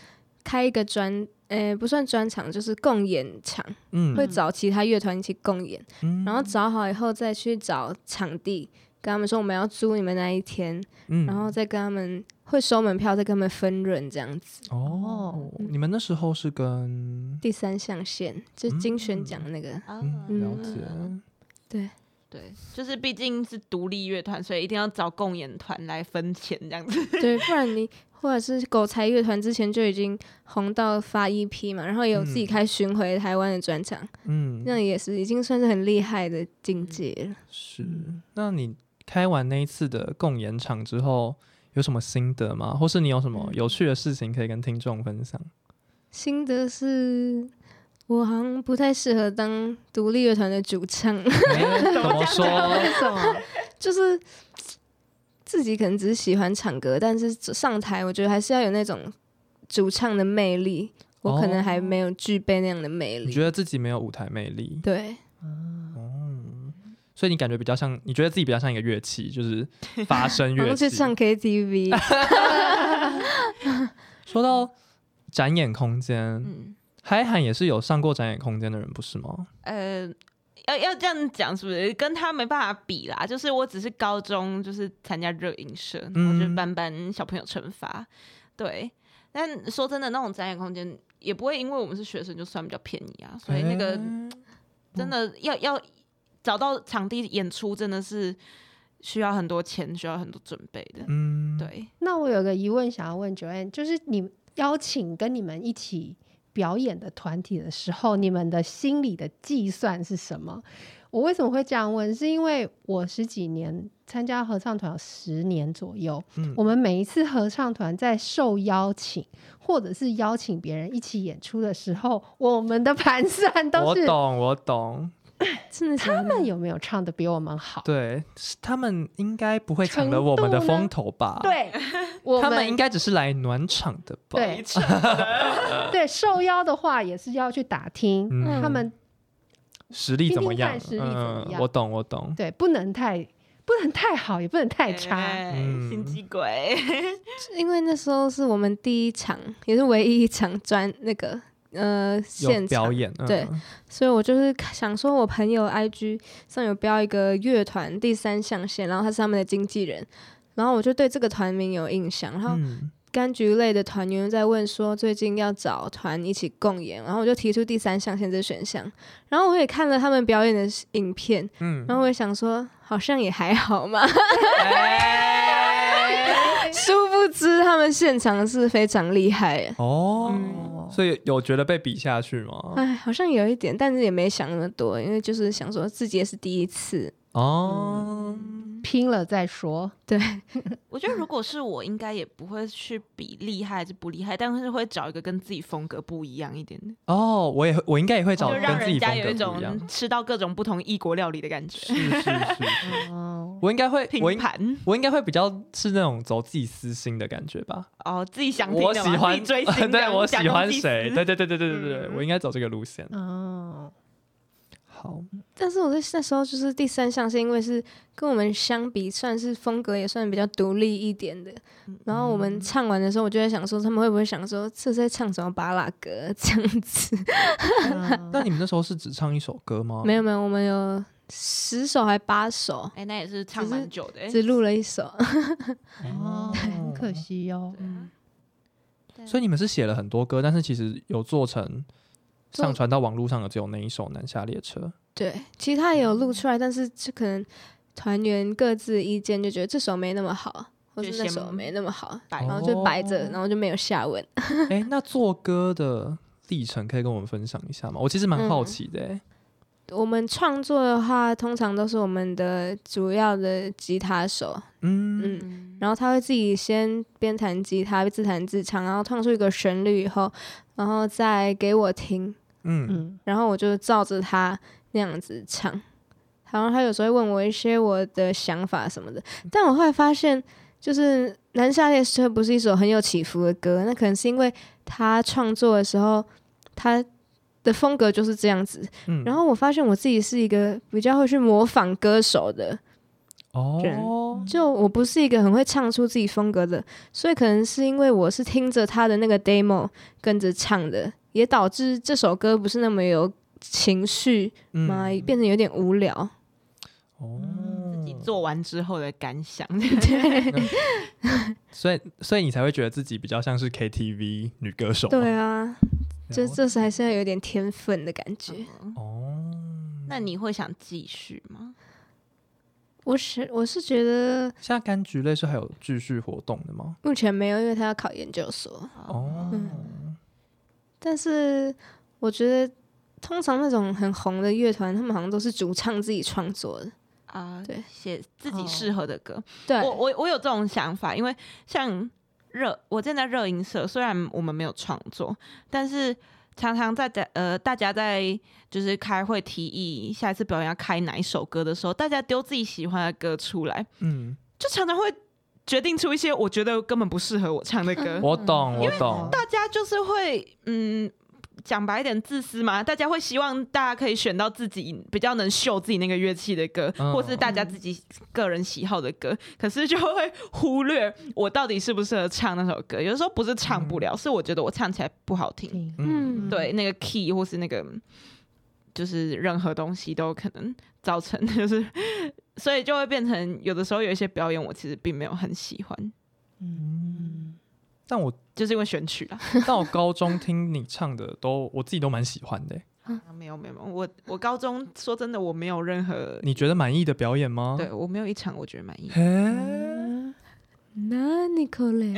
B: 开一个专，呃，不算专场，就是共演场，
A: 嗯
B: 会找其他乐团一起共演，
A: 嗯
B: 然后找好以后再去找场地，跟他们说我们要租你们那一天，
A: 嗯
B: 然后再跟他们会收门票，再跟他们分润这样子。
A: 哦，你们那时候是跟
B: 第三象限就金选奖那个，
A: 嗯了解，
B: 对，
C: 对，就是毕竟是独立乐团，所以一定要找共演团来分钱这样子。
B: 对，不然你或者是狗才乐团之前就已经红到发 EP 嘛，然后也有自己
A: 嗯
B: 开巡回台湾的专场，
A: 嗯，
B: 那也是已经算是很厉害的境界了。
A: 是，那你开完那一次的共演场之后，有什么心得吗？或是你有什么有趣的事情可以跟听众分享？
B: 心得是。我好像不太适合当独立乐团的主唱，
A: 诶怎么
D: 为
A: 说？
D: 什么？
B: 就是自己可能只是喜欢唱歌，但是上台我觉得还是要有那种主唱的魅力，我可能还没有具备那样的魅
A: 你
B: 力。
A: 觉得自己没有舞台魅力，
B: 对，
A: 所以你感觉比较像，你觉得自己比较像一个乐器，就是发声乐
B: 然
D: 哦
B: 后去
A: 器。
B: 唱 KTV，
A: 说到展演空间，
C: 嗯，
A: 海涵也是有上过展演空间的人，不是吗？
C: 呃，要要这样讲是不是跟他没办法比啦？就是我只是高中就是参加热音社，然后就
A: 嗯
C: 帮帮小朋友惩罚。对，但说真的，那种展演空间也不会因为我们是学生就算比较便宜啊，所以那个
D: 哎
A: 诶
C: 真的要要找到场地演出，真的是需要很多钱，需要很多准备的。
A: 嗯，
C: 对，
D: 那我有个疑问想要问 Joanne，就是你邀请跟你们一起表演的团体的时候，你们的心理的计算是什么？我为什么会这样问？是因为我十几年参加合唱团有十年左右，
A: 嗯
D: 我们每一次合唱团在受邀请或者是邀请别人一起演出的时候，我们的盘算都
A: 我
D: 是
A: 懂，我懂。
B: 真的假
D: 他
B: 的
D: 们有没有唱的比我们好？
A: 对，是他们应该不会抢了我们的
D: 程度呢
A: 风头吧？，
D: 对，我
A: 他们应该只是来暖场的吧？
D: 对对受邀的话也是要去打听、
A: 嗯
D: 他们
A: 实力怎么样？
D: 听听看实力怎么样
A: 嗯？我懂，我懂。
D: 对，不能太不能太好，也不能太差。
C: 哎
A: 嗯
C: 心机鬼。
B: 因为那时候是我们第一场，也是唯一一场专那个呃
A: 有
B: 现
A: 表
B: 场，
A: 演，嗯、
B: 对所以我就是想说，我朋友 IG 上有标一个乐团第三象限，然后他是他们的经纪人，然后我就对这个团名有印象，然后
A: 嗯，
B: 柑橘类的团员在问说，最近要找团一起共演，然后我就提出第三象限这选项，然后我也看了他们表演的影片，
A: 嗯
B: 然后我也想说，好像也还好嘛， 殊不知他们现场是非常厉害耶，
A: 哦，
D: 嗯
A: 所以有觉得被比下去吗？
B: 哎，好像有一点，但是也没想那么多，因为就是想说自己也是第一次，
A: 哦，
D: 拼了再说，
B: 对，
C: 我觉得如果是我，应该也不会去比厉害还是不厉害，但是会找一个跟自己风格不一样一点的，
A: 哦，我也我应该也会找
C: 就让
A: 跟自
C: 人
A: 己
C: 家
A: 风
C: 有一
A: 格不一
C: 种
A: 样。
C: 吃到各种不同异国料理的感觉
A: 是。 是是，是
D: 哦，
A: 我应该会，
C: 拼
A: 我应
C: 盘
A: 我应该会比较是那种走自己私心的感觉吧。
C: 哦，自己想听的嘛
A: 我喜欢
C: 自 己追星这
A: 对
C: 样，
A: 我喜欢谁？
C: 假装自己
A: 对对对对对对对，
C: 嗯
A: 我应该走这个路线。
D: 哦，
A: 好，
B: 但是我在那时候就是第三项，是因为是跟我们相比，算是风格也算比较独立一点的。然后我们唱完的时候，我就在想说，他们会不会想说这是在唱什么巴拉歌这样子？
A: 那你们那时候是只唱一首歌吗？
B: 没有没有，我们有十首还八首，
C: 哎，那也是唱蛮久的。哎
B: 只录了一首。
D: 哦，很可惜哦。
C: 嗯
A: 所以你们是写了很多歌，但是其实有做成
B: 做
A: 上传到网络上的只有那一首《南下列车》。
B: 对，其他也有录出来，但是就可能团员各自意见，就觉得这首没那么好，或
C: 就是先
B: 那首没那么好，
C: 摆
B: 然后就摆着
A: 哦，
B: 然后就没有下文。
A: 哎、那做歌的历程可以跟我们分享一下吗？我其实蛮好奇的、欸。
B: 我们创作的话，通常都是我们的主要的吉他手，
A: 嗯
B: 嗯，然后他会自己先边弹吉他自弹自唱，然后唱出一个旋律以后，然后再给我听，
A: 嗯
D: 嗯，
B: 然后我就照着他那样子唱。然后他有时候会问我一些我的想法什么的，但我后来发现，就是《南下列车》不是一首很有起伏的歌，那可能是因为他创作的时候，他的风格就是这样子，
A: 嗯
B: 然后我发现我自己是一个比较会去模仿歌手的，
A: 哦，
B: 就我不是一个很会唱出自己风格的，所以可能是因为我是听着他的那个 demo 跟着唱的，也导致这首歌不是那么有情绪嘛，
A: 嗯
B: 变成有点无 聊。
A: 哦，
B: 嗯
C: 自己做完之后的感想。
B: 啊
A: 所以所以你才会觉得自己比较像是 KTV 女歌手吗，
B: 对啊，就
A: 了解
B: 这时还是要有点天分的感觉。
A: 哦，
C: 那你会想继续吗？
B: 我是我是觉得
A: 现在柑橘类是还有继续活动的吗？
B: 目前没有，因为他要考研究所。
A: 哦，
B: 但是我觉得，通常那种很红的乐团，他们好像都是主唱自己创作的。
C: 啊，
B: 对，
C: 写自己
D: 哦
C: 适合的歌。
B: 对，
C: 我我我有这种想法，因为像热，我之前在热音社，虽然我们没有创作，但是常常在在呃大家在就是开会提议下一次表演要开哪一首歌的时候，大家丢自己喜欢的歌出来，
A: 嗯，
C: 就常常会决定出一些我觉得根本不适合我唱的歌。
A: 我懂，我懂，
C: 大家就是会嗯。讲白一点，自私嘛，大家会希望大家可以选到自己比较能秀自己那个乐器的歌，
A: 嗯
C: 或是大家自己个人喜好的歌，可是就会忽略我到底适不适合唱那首歌。有的时候不是唱不了，是我觉得我唱起来不好听，
D: 听
A: 嗯，
B: 嗯
C: 对那个 key 或是那个就是任何东西都可能造成， 就是所以就会变成有的时候有一些表演我其实并没有很喜欢，
A: 嗯
D: 嗯
A: 但我
C: 就是因为选曲啦。
A: 但我高中听你唱的都，我自己都蛮喜欢的欸。
C: 啊，没有没有，没有我我高中说真的，我没有任何，
A: 你觉得满意的表演吗？
C: 对我没有一场我觉得满意。
A: 嘿，
B: 那你可嘞？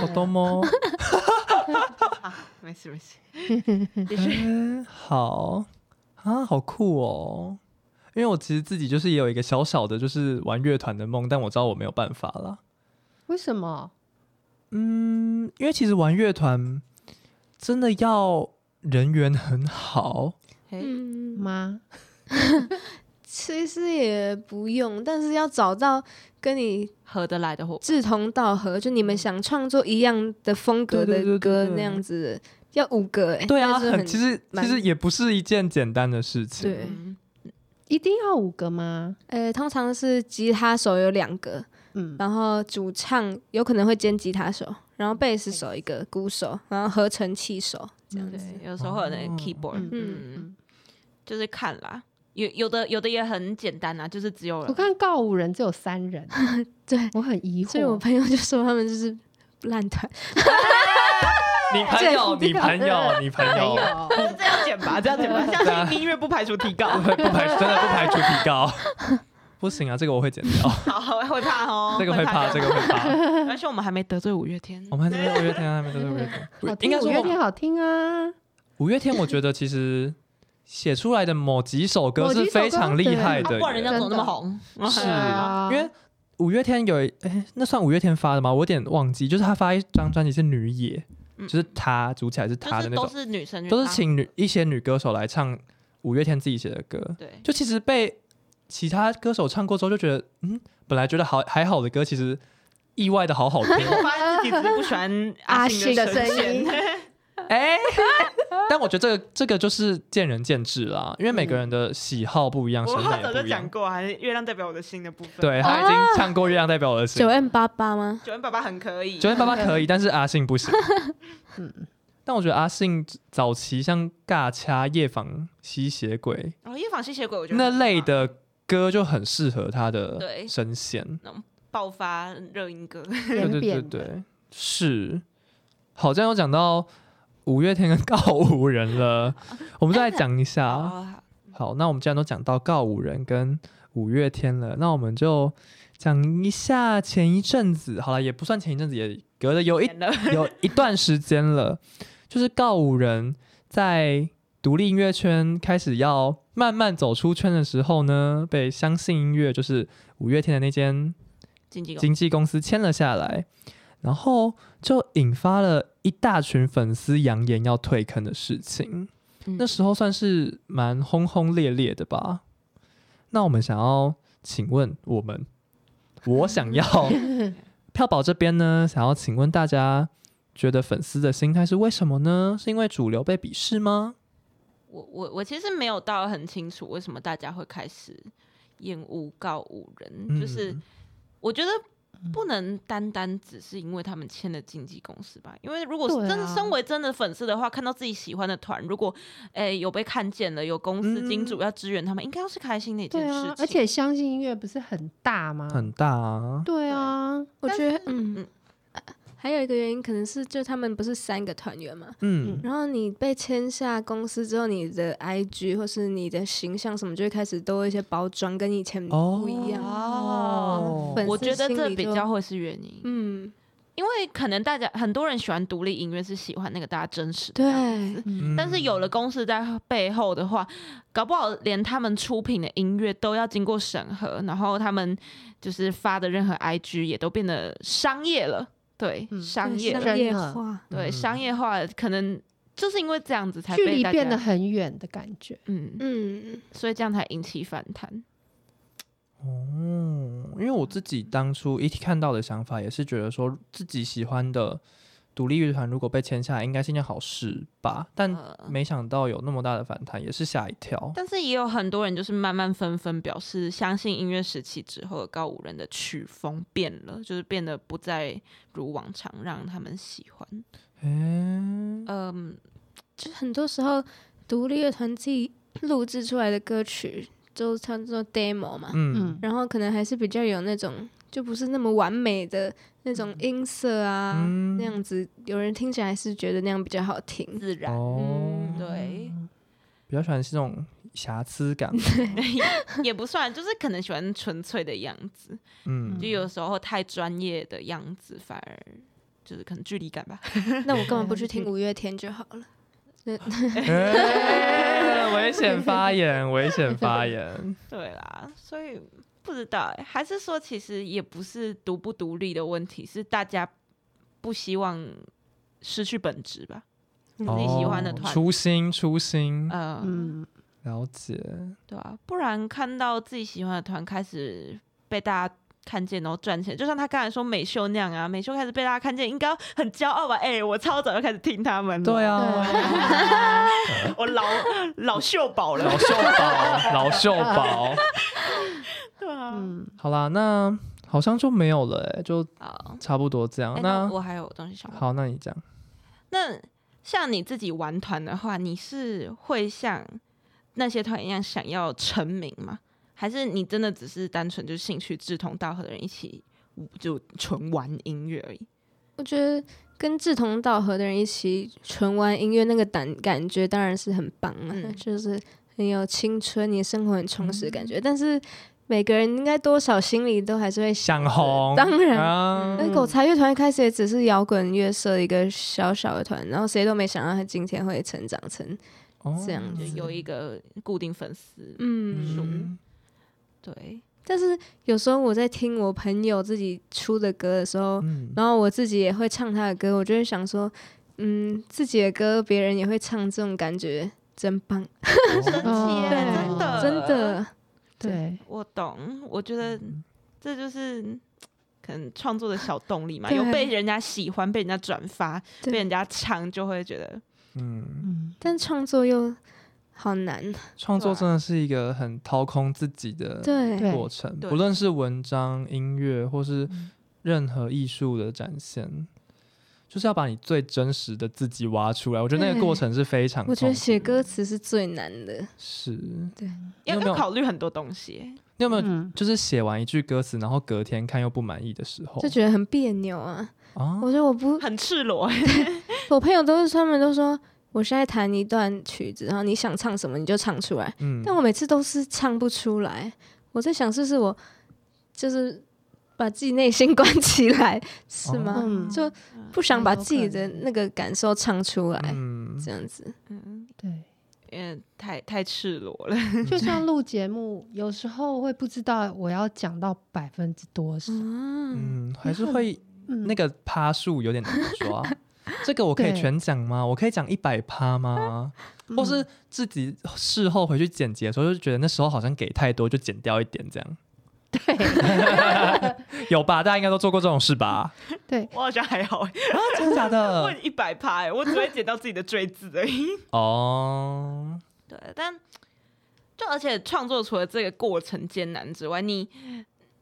A: 好多吗？
C: 没事没事，
A: 嗯，好啊，好酷哦！因为我其实自己就是也有一个小小的，就是玩乐团的梦，但我知道我没有办法啦。
D: 为什么？
A: 嗯，因为其实玩乐团真的要人缘很好，
B: 嗯，
D: 吗？
B: 其实也不用，但是要找到跟你
C: 合得来的伙
B: 志同道合，就你们想创作一样的风格
A: 对对对
B: 的歌
A: 对对
B: 那样子，要五个哎、
A: 对啊，
B: 但是
A: 很其实
B: 蛮
A: 其实也不是一件简单的事情。
B: 对
C: 伴，
D: 一定要五个吗？
B: 呃，通常是吉他手有两个，
D: 嗯，
B: 然后主唱有可能会兼吉他手，然后贝斯手一个，鼓手，然后合成器手这样
C: 对
B: 子。，
C: 有时候会有那个
A: 哦
C: keyboard，
D: 嗯
C: 嗯，嗯就是看啦，有有的有的也很简单啊，就是只有
D: 我看告五人只有三人，
B: 对，
D: 我很疑惑。
B: 所以我朋友就说他们就是烂团，
A: 你朋友，你朋友，你朋友，
C: 就是哦这样剪吧，这样剪吧，相
A: 啊
C: 信音乐不排除提高，
A: 不排真的不排除提高。 不行啊，这个我会剪掉，
C: 好会怕 哦，
A: 这个会怕，这个会怕。
C: 而且我们还没得罪五月天
A: 我，们还是在五月天啊，还没得罪五月天。
D: 好
A: 应
D: 听
A: 该
D: 五
A: 说
D: 月
A: 我们
D: 天好听啊，
A: 五月天，我觉得其实写出来的某几首歌
D: 某几
A: 是
D: 首歌
A: 非常厉害
C: 啊
A: 的
C: 不然
A: 耶，
C: 人家怎么那么红？
A: 是
D: 对啊
A: 因为五月天有一，哎，那算五月天发的吗？我有点忘记，就是他发一张专辑是《女野》，
C: 嗯
A: 就是他主起来是他的
C: 就是
A: 那
C: 都
A: 种，
C: 是女啊生，
A: 都是请女一些女歌手来唱五月天自己写的歌，
C: 对，
A: 就其实被其他歌手唱过之后，就觉得嗯，本来觉得好还好的歌，其实意外的好好 听哦。
C: 我发现自己只是不喜欢
B: 阿
C: 信
B: 信
C: 的
B: 的
C: 声
B: 声
C: 线
B: 音。
A: 哎，但我觉得这个这个就是见仁见智啦，因为每个人的喜好不一样，审
C: 我好
A: 美
C: 早
A: 也
C: 就
A: 不一样
C: 讲。过，还是月亮代表我的心的部分。，
A: 对他已经唱过《月亮代表我的心
B: 九》，M 八八吗？
C: 九恩爸爸很可以。
A: 九天爸爸可以，但是阿信不 行。
D: 嗯，
A: 但我觉得阿信早期像尬掐、夜访、吸血鬼
C: 然后哦夜访吸血鬼，我觉得
A: 那
C: 很
A: 类
C: 棒
A: 的歌就很适合他
C: 对
A: 的声线。
C: 爆发热音歌，
A: 对对
D: 演
A: 对
D: 变的
A: 对，是。好，这样又讲到五月天跟告五人 了，我们再来讲一下。
C: 哦
A: 好，那我们既然都讲到告五人跟五月天了，那我们就讲一下前一阵子，好了，也不算前一阵子，也隔了有 一
C: 点了
A: 有一段时间了，就是告五人在独立音乐圈开始要慢慢走出圈的时候呢，被相信音乐就是五月天的那间
C: 经纪公司
A: 经纪公司签了下来，然后就引发了一大群粉丝扬言要退坑的事情。
C: 嗯
A: 那时候算是蛮轰轰烈烈的吧。那我们想要请问我们，我想 要票宝这边呢，想要请问大家，觉得粉丝的心态是为什么呢？是因为主流被鄙视吗？
C: 我我我其实没有到很清楚为什么大家会开始厌恶告五人，
A: 嗯
C: 就是我觉得不能单单只是因为他们签了经纪公司吧，因为如果是
D: 对啊
C: 真、身为真的粉丝的话，看到自己喜欢的团，如果诶、有被看见了，有公
A: 嗯
C: 司金主要支援他们，应该要是开心的一件
D: 对
C: 事情。
D: 啊，而且相信音乐不是很大吗？
A: 很大啊，
D: 对啊，
B: 我觉得嗯
C: 嗯
B: 还有一个原因可能是，就他们不是三个团员嘛，
A: 嗯，
B: 然后你被签下公司之后，你的 IG 或是你的形象什么，就会开始都有一些包装，跟以前不一样。
C: 哦
A: 哦
B: 粉丝
C: 我觉得
B: 心
C: 这
B: 里
C: 比
B: 就
C: 较会是原因，
B: 嗯，
C: 因为可能大家很多人喜欢独立音乐，是喜欢那个大家真实的
B: 对
C: 样子。
A: 嗯
C: 但是有了公司在背后的话，搞不好连他们出品的音乐都要经过审核，然后他们就是发的任何 IG 也都变得商业了，对，
D: 嗯
C: 商业了，
B: 商业
D: 真的
B: 化，
C: 对，
A: 嗯
C: 商业化了可能就是因为这样子才
D: 距
C: 被
D: 离
C: 大
D: 变
C: 家
D: 得很远的感觉。
C: 嗯，
B: 嗯，
C: 所以这样才引起反弹。
A: 哦，因为我自己当初一看到的想法也是觉得说自己喜欢的独立乐团如果被签下来，应该是一件好事吧，但
C: 呃
A: 没想到有那么大的反弹，也是吓一跳。
C: 但是也有很多人就是慢慢纷纷表示，相信音乐时期之后，高五人的曲风变了，就是变得不再如往常让他们喜欢。
A: 嗯、
C: 嗯，
B: 就很多时候独立乐团自己录制出来的歌曲，就叫做 demo 嘛，
A: 嗯
D: 嗯，
B: 然后可能还是比较有那种就不是那么完美的那种音色啊，
A: 嗯
B: 那样子有人听起来是觉得那样比较好听。
C: 自然，
A: 哦，
C: 啊嗯对，
A: 比较喜欢是这种瑕疵感，
C: 也也不算，就是可能喜欢纯粹的样子，
A: 嗯
C: 就有时候太专业的样子反而就是可能距离感吧。
B: 那我根本不去听五月天就好了。那
C: 嗯
A: 哎危险发言，危险 发言。
C: 对啦，所以不知道、欸，还是说其实也不是独不独立的问题，是大家不希望失去本质吧。自己喜欢的
A: 哦
C: 团，
A: 初心，初心，
C: 呃，
D: 嗯，
A: 了解。
C: 对啊，不然看到自己喜欢的团开始被大家看见，然后赚钱，就像他刚才说美秀那样啊，美秀开始被大家看见，应该要很骄傲吧？哎、我超早就开始听他们了，
A: 对啊，
C: 我 老老秀宝了
A: 老，秀宝，老秀宝。
C: 对啊，
D: 嗯，
A: 好啦，那好像就没有了、哎，就
C: 好，
A: 差不多这样
C: 哎。那
A: 那
C: 我还有东西想问，
A: 好，那你讲。
C: 那像你自己玩团的话，你是会像那些团一样想要成名吗？还是你真的只是单纯就是兴趣志同道合的人一起就纯玩音乐而已？
B: 我觉得跟志同道合的人一起纯玩音乐，那个感感觉当然是很棒啊，
C: 嗯
B: 就是很有青春，你的生活很充实的感觉。但是每个人应该多少心里都还是会
A: 想红，
B: 当然
A: 啊
B: 那狗才乐团一开始也只是摇滚乐社一个小小的团，然后谁都没想到他今天会成长成
A: 哦
B: 这样
C: 就
B: 子
C: 有一个固定粉丝，
B: 嗯。
A: 嗯
C: 对，
B: 但是有时候我在听我朋友自己出的歌的时候，
A: 嗯
B: 然后我自己也会唱他的歌，我就会想说，嗯，自己的歌别人也会唱，这种感觉真棒，
C: 神
A: 嗯哦
C: 奇耶，
D: 对
C: 真的，
B: 哦真，的。
D: 对，
C: 我懂，我觉得这就是。可能创作的小动力嘛，
B: 对
C: 有被人家喜欢，被人家转发，
B: 对
C: 被人家唱，就会觉得
A: 嗯，
D: 嗯，
B: 但创作又好难，
A: 创作
C: 对啊
A: 真的是一个很掏空自己的
B: 对，
D: 对
A: 过程，
C: 对
A: 不论是文章、音乐，或是
B: 嗯
A: 任何艺术的展现，就是要把你最真实的自己挖出来。我觉得那个
B: 对
A: 过程是非常痛苦的，
B: 我觉得写歌嗯词是最难的。
A: 是。你
C: 要
A: 有没有
C: 要考虑很多东西耶。
A: 有没有
D: 嗯
A: 就是写完一句歌词，然后隔天看又不满意的时候
B: 就？觉得很别扭啊！
A: 啊，
B: 我觉得我不
C: 很赤裸，
B: 我朋友都是他们都说，我现在弹一段曲子，然后你想唱什么你就唱出来。
A: 嗯，
B: 但我每次都是唱不出来。我在想，是不是我就是把自己内心关起来，是吗？
A: 哦
D: 嗯
B: 就不想把自己的
D: 有可能
B: 那个感受唱出来，
A: 嗯
B: 这样子。
C: 嗯，
D: 对。
C: 因为太太赤裸了。
D: 就像录节目，有时候会不知道我要讲到百分之多少。
B: 嗯，
A: 嗯，还是会
D: 嗯
A: 那个趴数有点难 抓。这个我可以
D: 对
A: 全讲吗？我可以讲一百趴吗？
B: 嗯
A: 或是自己事后回去剪辑的时候，就觉得那时候好像给太多，就剪掉一点这样。
D: 对
A: 有吧？大家应该都做过这种事 吧？
D: 对，
C: 我好像还好耶，
A: 啊，真的假
C: 我
A: 的？
C: 一百趴耶，我只会捡到自己的坠子而已。
A: 哦，
C: 对，但就而且创作除了这个过程艰难之外，你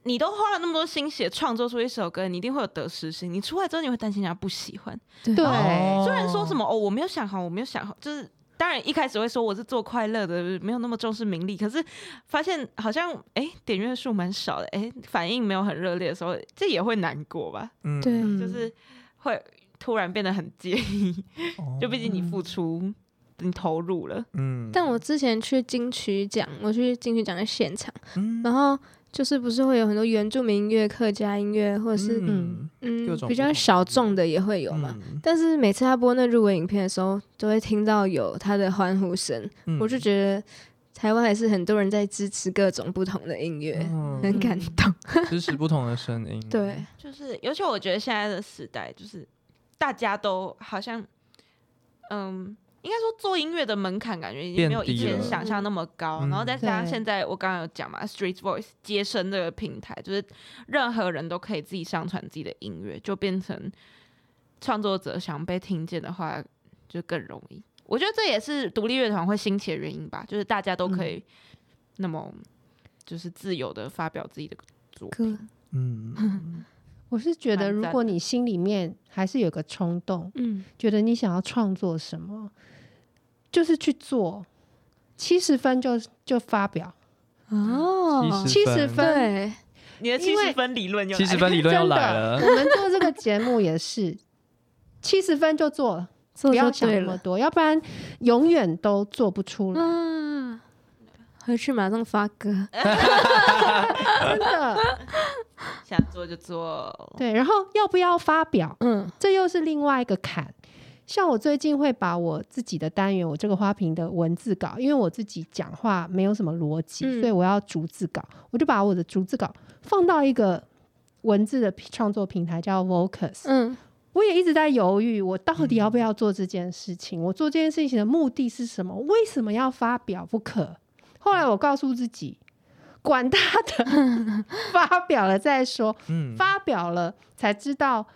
C: 你都花了那么多心血创作出一首歌，你一定会有得失心。你出来之后，你会担心人家不喜欢。
D: 对
A: 哦
C: 虽然说什么哦，我没有想好，我没有想好，就是当然一开始会说我是做快乐的，没有那么重视名利，可是发现好像哎、点阅数蛮少的，哎、反应没有很热烈的时候，这也会难过吧？
A: 嗯，
B: 对，
D: 嗯
C: 就是会突然变得很介意，
A: 哦
C: 就毕竟你付出，你投入了，
A: 嗯，
B: 但我之前去金曲奖，我去金曲奖的现场，
A: 嗯
B: 然后就是不是会有很多原住民音乐、客家音乐，或者是
A: 嗯
B: 嗯
A: 各种
B: 比
A: 不
B: 较
A: 同
B: 小众的也会有嘛。
A: 嗯
B: 但是每次他播那入围影片的时候，都会听到有他的欢呼声，
A: 嗯
B: 我就觉得台湾还是很多人在支持各种不同的音乐，
A: 嗯
B: 很感动。
A: 支持不同的声音，
B: 对，
C: 就是尤其我觉得现在的时代，就是大家都好像，嗯。应该说做音乐的门槛感觉已经没有以
A: 变低
C: 前
B: 了
C: 想象那么高，
A: 嗯
C: 然后再加上
D: 对
C: 现在我刚刚有讲嘛，Street Voice 接生这个平台，就是任何人都可以自己上传自己的音乐，就变成创作者想被听见的话就更容易。我觉得这也是独立乐团会兴起的原因吧，就是大家都可以那么就是自由的发表自己的作品
B: 歌。
A: 嗯，
D: 我是觉得，
C: 蛮
D: 如
C: 赞
D: 果你心里面还是有个冲动，
B: 嗯，
D: 觉得你想要创作什么，就是去做，七十分就就发表，
B: 哦，
A: 七
D: 70分
B: 对，
C: 你的
D: 因为
C: 70分理论又
A: 七
C: 来
A: 十
C: 了
A: 分理论又
D: 真
A: 来
D: 的，
A: 了，
D: 我们做这个节目也是七十分就做了，
B: 做
D: 不要
B: 就
D: 想
B: 对
D: 那么
B: 了，
D: 多，要不然永远都做不出 来。
B: 啊，回去马上发歌，
D: 真的，
C: 想做就
B: 哦
C: 做。
D: 对。然后要不要发表，
B: 嗯，
D: 这又是另外一个坎。像我最近会把我自己的单元，我这个花瓶的文字稿，因为我自己讲话没有什么逻辑，
B: 嗯
D: 所以我要逐字稿，我就把我的逐字稿放到一个文字的创作平台叫 Vocus。
B: 嗯，
D: 我也一直在犹豫，我到底要不要做这件事情？我做这件事情的目的是什么？为什么要发表不可？后来我告诉自己，管他的， 发表了再说，
A: 嗯，
D: 发表了才知道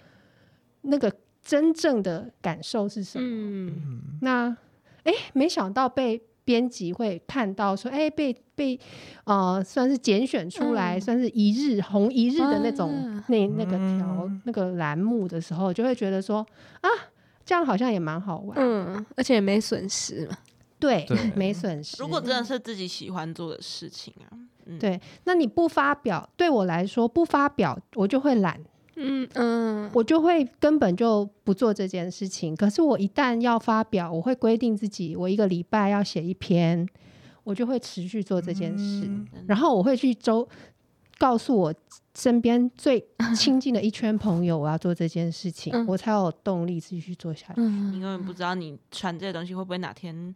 D: 那个真正的感受是什么。
B: 嗯，
A: 嗯
D: 那哎，没想到被编辑会看到说，哎，被被呃，算是拣选出来，
B: 嗯
D: 算是一日红一日的那种、
B: 啊
D: 那那个条、
A: 嗯
D: 那个栏目的时候，就会觉得说啊，这样好像也蛮好玩，
B: 嗯，而且也没损失嘛，
D: 对，
A: 对
D: 没损失。
C: 如果真的是自己喜欢做的事情啊，嗯，
D: 对，那你不发表，对我来说不发表，我就会懒，
B: 嗯嗯，
D: 我就会根本就不做这件事情。可是我一旦要发表，我会规定自己，我一个礼拜要写一篇，我就会持续做这件事。
A: 嗯
C: 真的
D: 然后我会去周告诉我身边 最亲近的一圈朋友，我要做这件事情，
B: 嗯
D: 我才有动力继续做下去。
C: 你
B: 嗯，
C: 永远不知道你传这些东西会不会哪天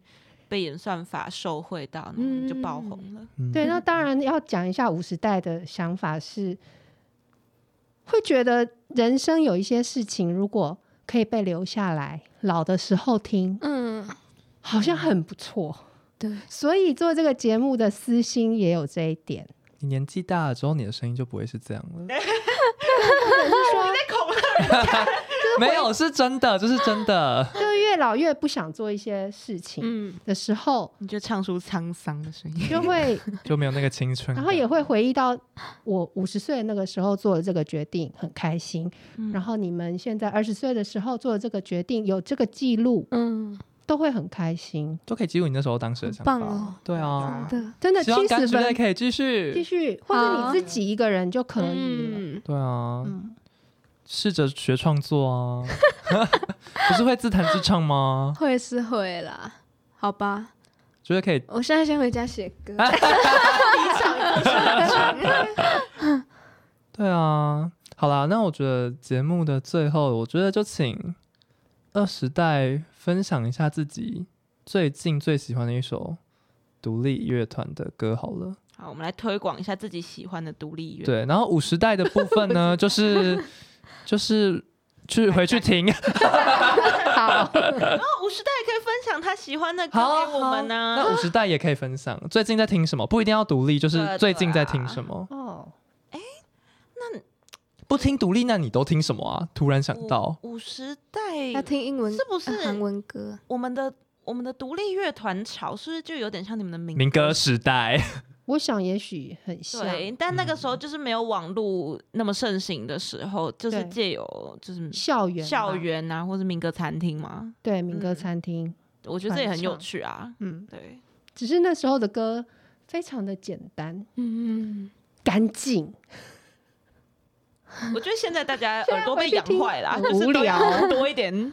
C: 被演算法受贿到，然后你就爆红了。
A: 嗯
D: 对，那当然要讲一下五十代的想法是，会觉得人生有一些事情，如果可以被留下来，老的时候听，
B: 嗯，
D: 好像很不错。
B: 对，
D: 所以做这个节目的私心也有这一点，
A: 你年纪大了之后，你的声音就不会是这样了。没有，是真的，这是真的。
D: 就越老越不想做一些事情
B: 嗯，
D: 的时候，
C: 你就唱出沧桑的声音，
D: 就会
A: 就没有那个青春
D: 然
A: 感。
D: 后也会回忆到我五十岁那个时候做了这个决定，很开心。然后你们现在二十岁的时候做了这个决定，有这个记录，
B: 嗯，
D: 都会很开心。
A: 都可以记录你那时候当时的想法。
B: 棒哦，
A: 对啊，
B: 的，
D: 真的
A: 希望
D: 七
A: 柑
D: 十
A: 橘类
D: 分
A: 可以继
D: 继
A: 续。
D: 续，或者
B: 好
D: 你自己一个人就可以了。
B: 嗯，
A: 对啊，
D: 嗯，
A: 试着学创作 啊。不是会自弹自唱吗？
B: 会是会啦，好吧，
A: 觉得可以。
B: 我现在先回家写歌，
A: 对啊，好啦，那我觉得节目的最后，我觉得就请二十代分享一下自己最近最喜欢的一首独立乐团的歌好了。
C: 好，我们来推广一下自己喜欢的独立乐。哦
A: 对，然后五十代的部分呢， 就是就是去回去听，
D: 好，
C: 那五十代也可以分享他喜欢的歌
A: 好
C: 给我们啊呢、
A: 那五十代也可以分享最近在听什么，不一定要独立，就是
C: 对
A: 最近在听什么。
D: 哦，
A: 不听独立，那你都听什么啊？突然想到，
C: 五十代
B: 要听英文
C: 是不是
B: 呃韩文歌，
C: 我们的？我们的独立乐团潮是不是就有点像你们的民
A: 民歌时代，
D: 我想也许很像，
C: 对，但那个
A: 嗯
C: 时候就是没有网络那么盛行的时候，就是
D: 对
C: 借由就是
D: 校园嘛
C: 校园啊，或是民歌餐厅嘛，
D: 对民歌
C: 嗯
D: 餐厅，
C: 我觉得这也很有
D: 传唱
C: 趣啊。
D: 嗯，
C: 对，
D: 只是那时候的歌非常的简单
B: 嗯，
D: 干净，
C: 我觉得现在大家
D: 现在
C: 耳朵被
D: 回去
C: 养
D: 听
C: 坏了啊，
D: 很
C: 就是
D: 无
C: 都要
D: 聊
C: 多一 点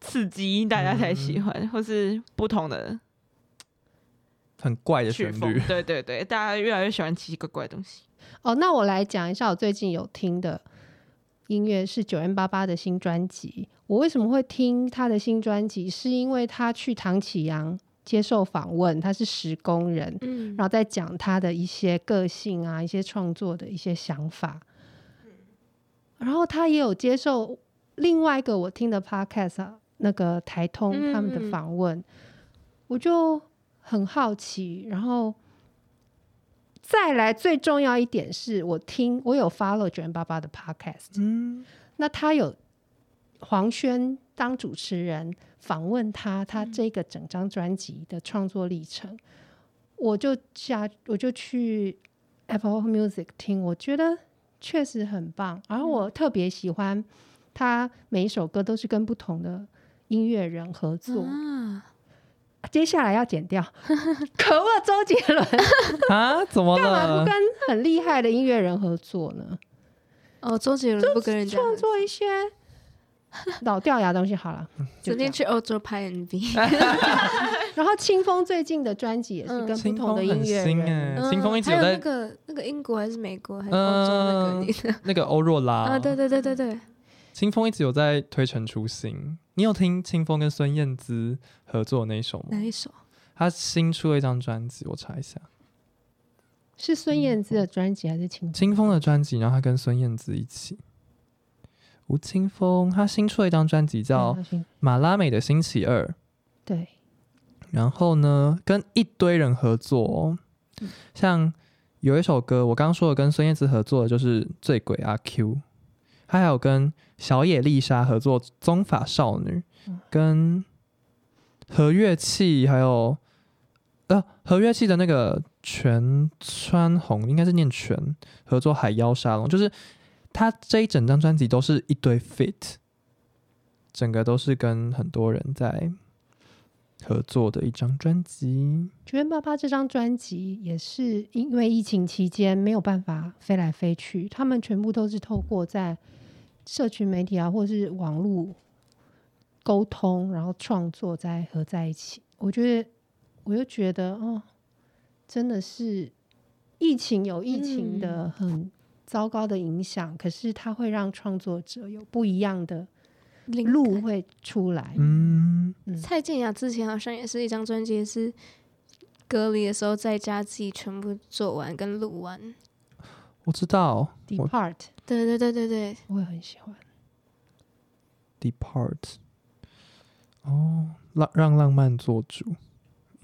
C: 刺激，大家才喜
A: 嗯
C: 欢，或是不同的
A: 很怪的
C: 曲
A: 旋
C: 风
A: 律。。
C: 对对对，大家越来越喜欢奇奇怪怪的东西。
D: 哦，那我来讲一下我最近有听的音乐是九 N 八八的新专辑。我为什么会听他的新专辑？是因为他去唐启阳接受访问，他是石工人，
B: 嗯
D: 然后再讲他的一些个性啊，一些创作的一些想法。然后他也有接受另外一个我听的 podcast 啊，那个台通他们
B: 嗯嗯
D: 的访问，我就很好奇。然后再来最重要一点是我听我有 follow 九零八八的 podcast，
A: 嗯，
D: 那他有黄轩当主持人访问他，他这个整张专辑的创作历程，我就下我就去 Apple Music 听，我觉得确实很棒。然后我特别喜欢他每一首歌都是跟不同的音乐人合作。
B: 啊，
D: 接下来要剪掉， 可恶，周杰伦
A: 啊，怎么
D: 干嘛不
A: 了
D: 跟？很厉害的音乐人合作呢？
B: 哦，周杰伦不跟人家
D: 创作一些老掉牙的东西好了，就
B: 整
D: 这样
B: 天去欧洲拍 MV，
D: 然后清风最近的专辑也是跟不
A: 清
D: 同的
A: 风
D: 音
A: 很
D: 乐
A: 新
D: 人，嗯
A: 哎，清风一直
B: 啊还有那
A: 在
B: 个那个英国还是美国还是欧洲那个
A: 嗯
B: 女 的
A: 那个欧若拉
B: 啊，对对对对对，
A: 清风一直有在推陈出新。你有听清风跟孙燕姿合作的那一首
B: 哪
A: 吗？
B: 一首？
A: 他新出了一张专辑，我查一下，
D: 是孙燕姿的专辑还是清风？
A: 清风的专辑，然后他跟孙燕姿一起。吴青峰他新出了一张专辑叫
B: 嗯
A: 《马拉美的星期二》，
D: 对，
A: 然后呢，跟一堆人合作、哦，像有一首歌，我刚刚说的跟孙燕姿合作的就是《醉鬼阿 Q》，他还有跟小野丽莎合作《宗法少女》，跟和乐器还有呃和乐器的那个全川红，应该是念全合作《海妖沙龙》，就是他这一整张专辑都是一堆 fit，整个都是跟很多人在合作的一张专辑。
D: 九月爸爸这张专辑也是因为疫情期间没有办法飞来飞去，他们全部都是透过在社群媒体啊，或是网络沟通，然后创作再合在一起。我觉得，我就觉得，哦，真的是疫情有疫情的
C: 嗯
D: 很糟糕的影响，可是它会让创作者有不一样的
B: 灵
D: 路会出来。
A: 嗯，
B: 蔡健雅之前好像也是一张专辑是隔离的时候在家自己全部做完跟录完。
A: 我知道
D: Depart，
B: 对对对对对，
D: 我也很喜欢。
A: Depart。哦，让让浪漫做主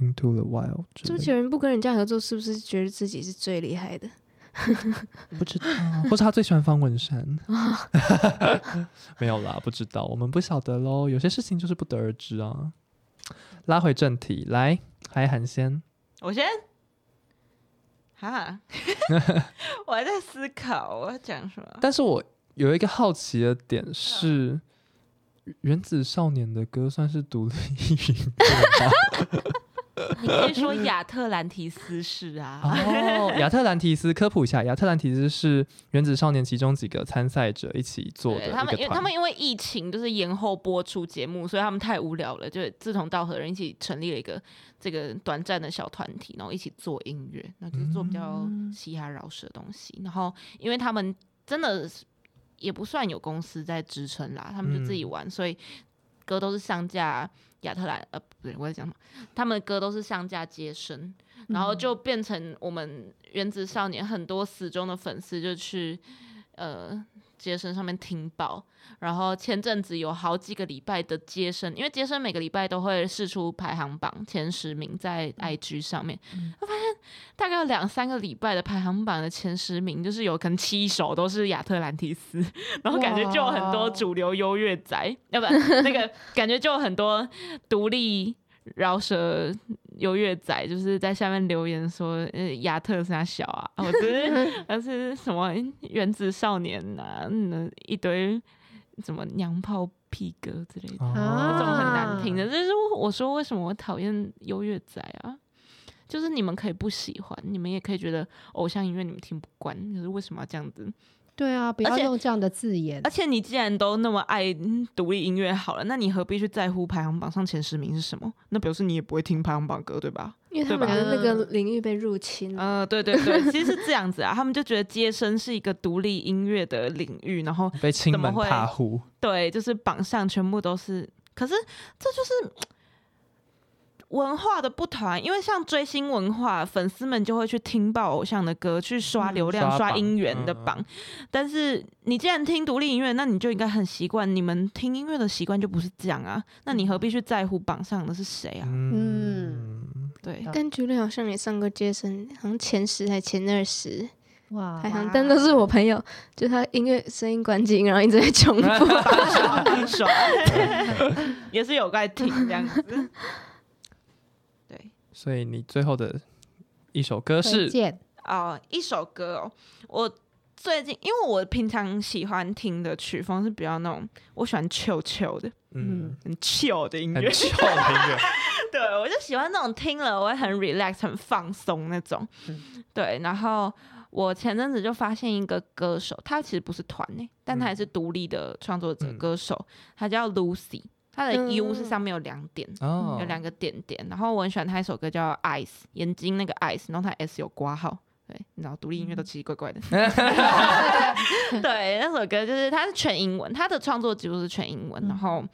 A: ，Into the Wild 之
B: 周
A: 类的。
B: 杰伦不跟人家合作，是不是觉得自己是最厉害的？
A: 不知道，或是他最喜欢方文 山。没有啦，不知道，我们不晓得喽。有些事情就是不得而知啊。拉回正题，来，还韩先，
C: 我先， 哈，我还在思考我要讲什么。
A: 但是我有一个好奇的点是，原子少年的歌算是独立音乐吧？
C: 你可以说亚特兰提斯是啊，
A: 哦，亚特兰提斯科普一下，亚特兰提斯是原子少年其中几个参赛者一起做的
C: 对
A: 一
C: 他们，因
A: 个
C: 为他
A: 团
C: 们。因为疫情就是延后播出节目，所以他们太无聊了，就志同道合的人一起成立了一个这个短暂的小团体，然后一起做音乐，那就是做比较嘻哈饶舌的东西。然后因为他们真的是也不算有公司在支撑啦，他们就
A: 嗯
C: 自己玩，所以歌都是上架亚特兰呃不对，我在讲什么？他们的歌都是上架接生，然
D: 嗯
C: 后就变成我们原子少年很多死忠的粉丝就去呃接生上面听报，然后前阵子有好几个礼拜的接生，因为接生每个礼拜都会试出排行榜前十名在 IG 上面，我发现大概有两三个礼拜的排行榜的前十名，就是有可能七首都是亚特兰蒂斯， 然后感觉就有很
D: 哇
C: 多主流优越仔，要不然那个感觉就有很多独立饶舌优越仔就是在下面留言说，呃，亚特是他小啊，我只是而是什么原子少年呐、嗯，一堆什么娘炮屁歌之类
A: 哦
C: 的，这种很难
A: 啊
C: 听的。这是我说为什么我讨厌优越仔啊，就是你们可以不喜欢，你们也可以觉得偶像音乐你们听不惯，可是为什么要这样子？
D: 对啊，不
C: 而
D: 要
C: 且
D: 用这样的字眼
C: 而。且你既然都那么爱嗯独立音乐好了，那你何必去在乎排行榜上前十名是什么？那表示你也不会听排行榜歌，对吧？
B: 因为
C: 对
B: 他
C: 吧
B: 们的那个领域被入侵
A: 啊
B: 了。
C: 嗯、对对对，其实是这样子啊，他们就觉得接生是一个独立音乐的领域，然
D: 啊
C: 后
A: 被亲
C: 怎么
A: 门
C: 会
A: 踏户，
C: 对，就是榜上全部都是，可是这就是文化的不同啊，因为像追星文化，粉丝们就会去听爆偶像的歌，去刷流
A: 嗯
C: 量、
A: 刷
C: 刷
A: 榜
C: 音源的
A: 嗯嗯
C: 榜。但是你既然听独立音乐，那你就应该很习惯，你们听音乐的习惯就不是这样啊，那你何必去在乎榜上的是谁啊？
A: 嗯，
C: 对
D: 嗯。
B: 跟菊类好像也上过街声，好像前十还前二十
D: 哇
B: 排，行，但都是我朋友，就他音乐声音关静音，然后一直在重 复。
C: 很爽， 也是有在听这样子。对，
A: 所以你最后的一首歌
D: 推
A: 是
D: 荐
C: 哦，一首歌哦，我最近因为我平常喜欢听的曲风是比较那种，我喜欢 chill chill 的，
A: 嗯，
C: 很 chill 的音
A: 很
C: 乐，
A: 旧的音乐，
C: 对我就喜欢那种听了我会很 relax、很放松那种。对，然后我前阵子就发现一个歌手，他其实不是团诶、但他也是独立的创作者
A: 嗯
C: 歌手，他叫 Lucy，他的 U 是
B: 嗯
C: 上面有两点。
A: 哦，
C: 嗯有两个点点。然后我很喜欢他一首歌叫《Eyes》，眼睛那个 Eyes，然后他 S 有挂号。对，你知道独立音乐都奇奇怪 怪的。对，那首歌就是它是全英文，它的创作几乎是全英文，然后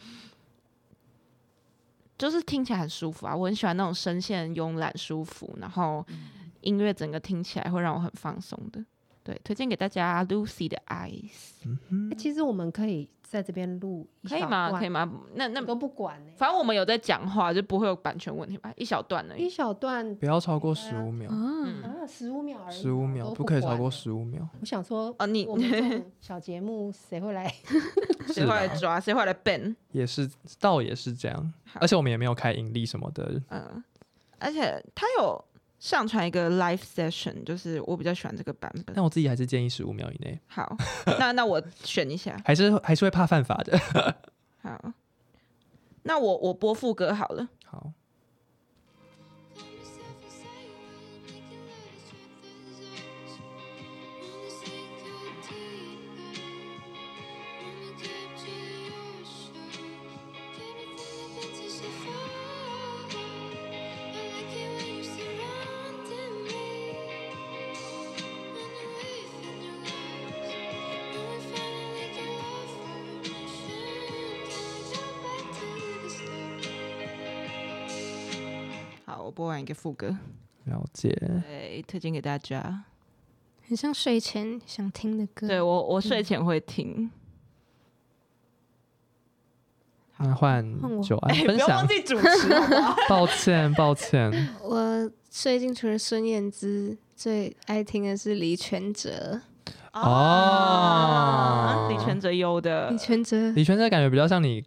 C: 就是听起来很舒服啊，我很喜欢那种声线慵懒舒服，然后音乐整个听起来会让我很放松的。对，推荐给大家 Lucy 的 Eyes，
D: 欸其实我们可以在这边录一
C: 可以
D: 小
C: 吗？
D: 段
C: 可以吗？那那
D: 我都不管欸呢、
C: 反正我们有在讲话，就不会有版权问题吧？一小段而
D: 一
C: 已。
D: 小段
A: 不要超过十五秒，
B: 哦，
C: 嗯，
D: 啊，十五秒而已，
A: 十五秒
D: 都
A: 不
D: 不
A: 可以超过
D: 管欸
A: 十五 秒，
D: 我想说，
C: 哦你
D: 我们这 种小节目谁会来？
A: 是
C: 谁会来
A: 的，
C: 抓？谁会来 ban？
A: 也是倒也是这样，
C: 好
A: 而且我们也没有开盈利什么的，
C: 嗯，而且他有上传一个 live session，就是我比较喜欢这个版本
A: 但。我自己还是建议十五秒以内，
C: 好，那那我选一下。
A: 还是还是会怕犯法的。
C: 好，那我我播副歌好了。
A: 好，
C: 好，我播完一个副歌，
A: 了解。
C: 对，推荐给大家。
B: 很像睡前想听的歌。
C: 对我我睡前会听，
A: 那换
B: 换我
A: 九安
C: 哎不
A: 分
C: 要忘
A: 享，
C: 记主持好不好
A: 抱歉抱歉，
B: 我最近除了孙燕姿，最爱听的是李全哲。
A: 哦
C: 啊李全哲优的
B: 李全哲
A: 李泉这感觉比较像你，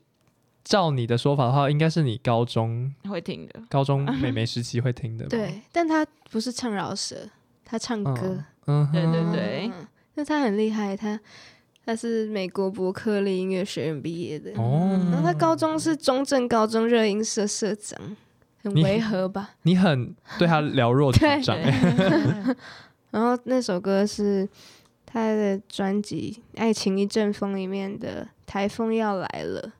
A: 照你的说法的话，应该是你高中
C: 会听的。
A: 高中美眉时期会听的，，
B: 对，但他不是唱饶舌，他唱
A: 嗯
B: 歌。
A: 嗯哼，
C: 对对对，
B: 嗯，那他很厉害，他他是美国伯克利音乐学院毕业的，然后
A: 哦，
B: 嗯他高中是中正高中热音社社长，很
A: 你
B: 违和吧？
A: 你很对他了若指掌，
C: 对
A: 欸
B: 然后那首歌是他的专辑《爱情一阵风》里面的《台风要来了》。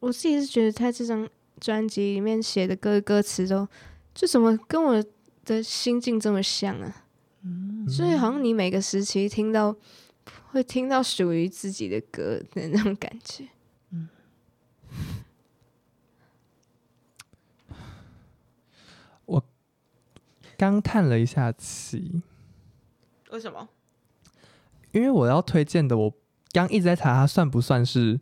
B: 我自己是觉得他这张专辑里面写的歌歌词都，就怎么跟我的心境这么像啊？所以好像你每个时期听到会听到属于自己的歌的那种感觉。
A: 刚叹了一下气，
C: 为什么？
A: 因为我要推荐的，我刚一直在查他算不算是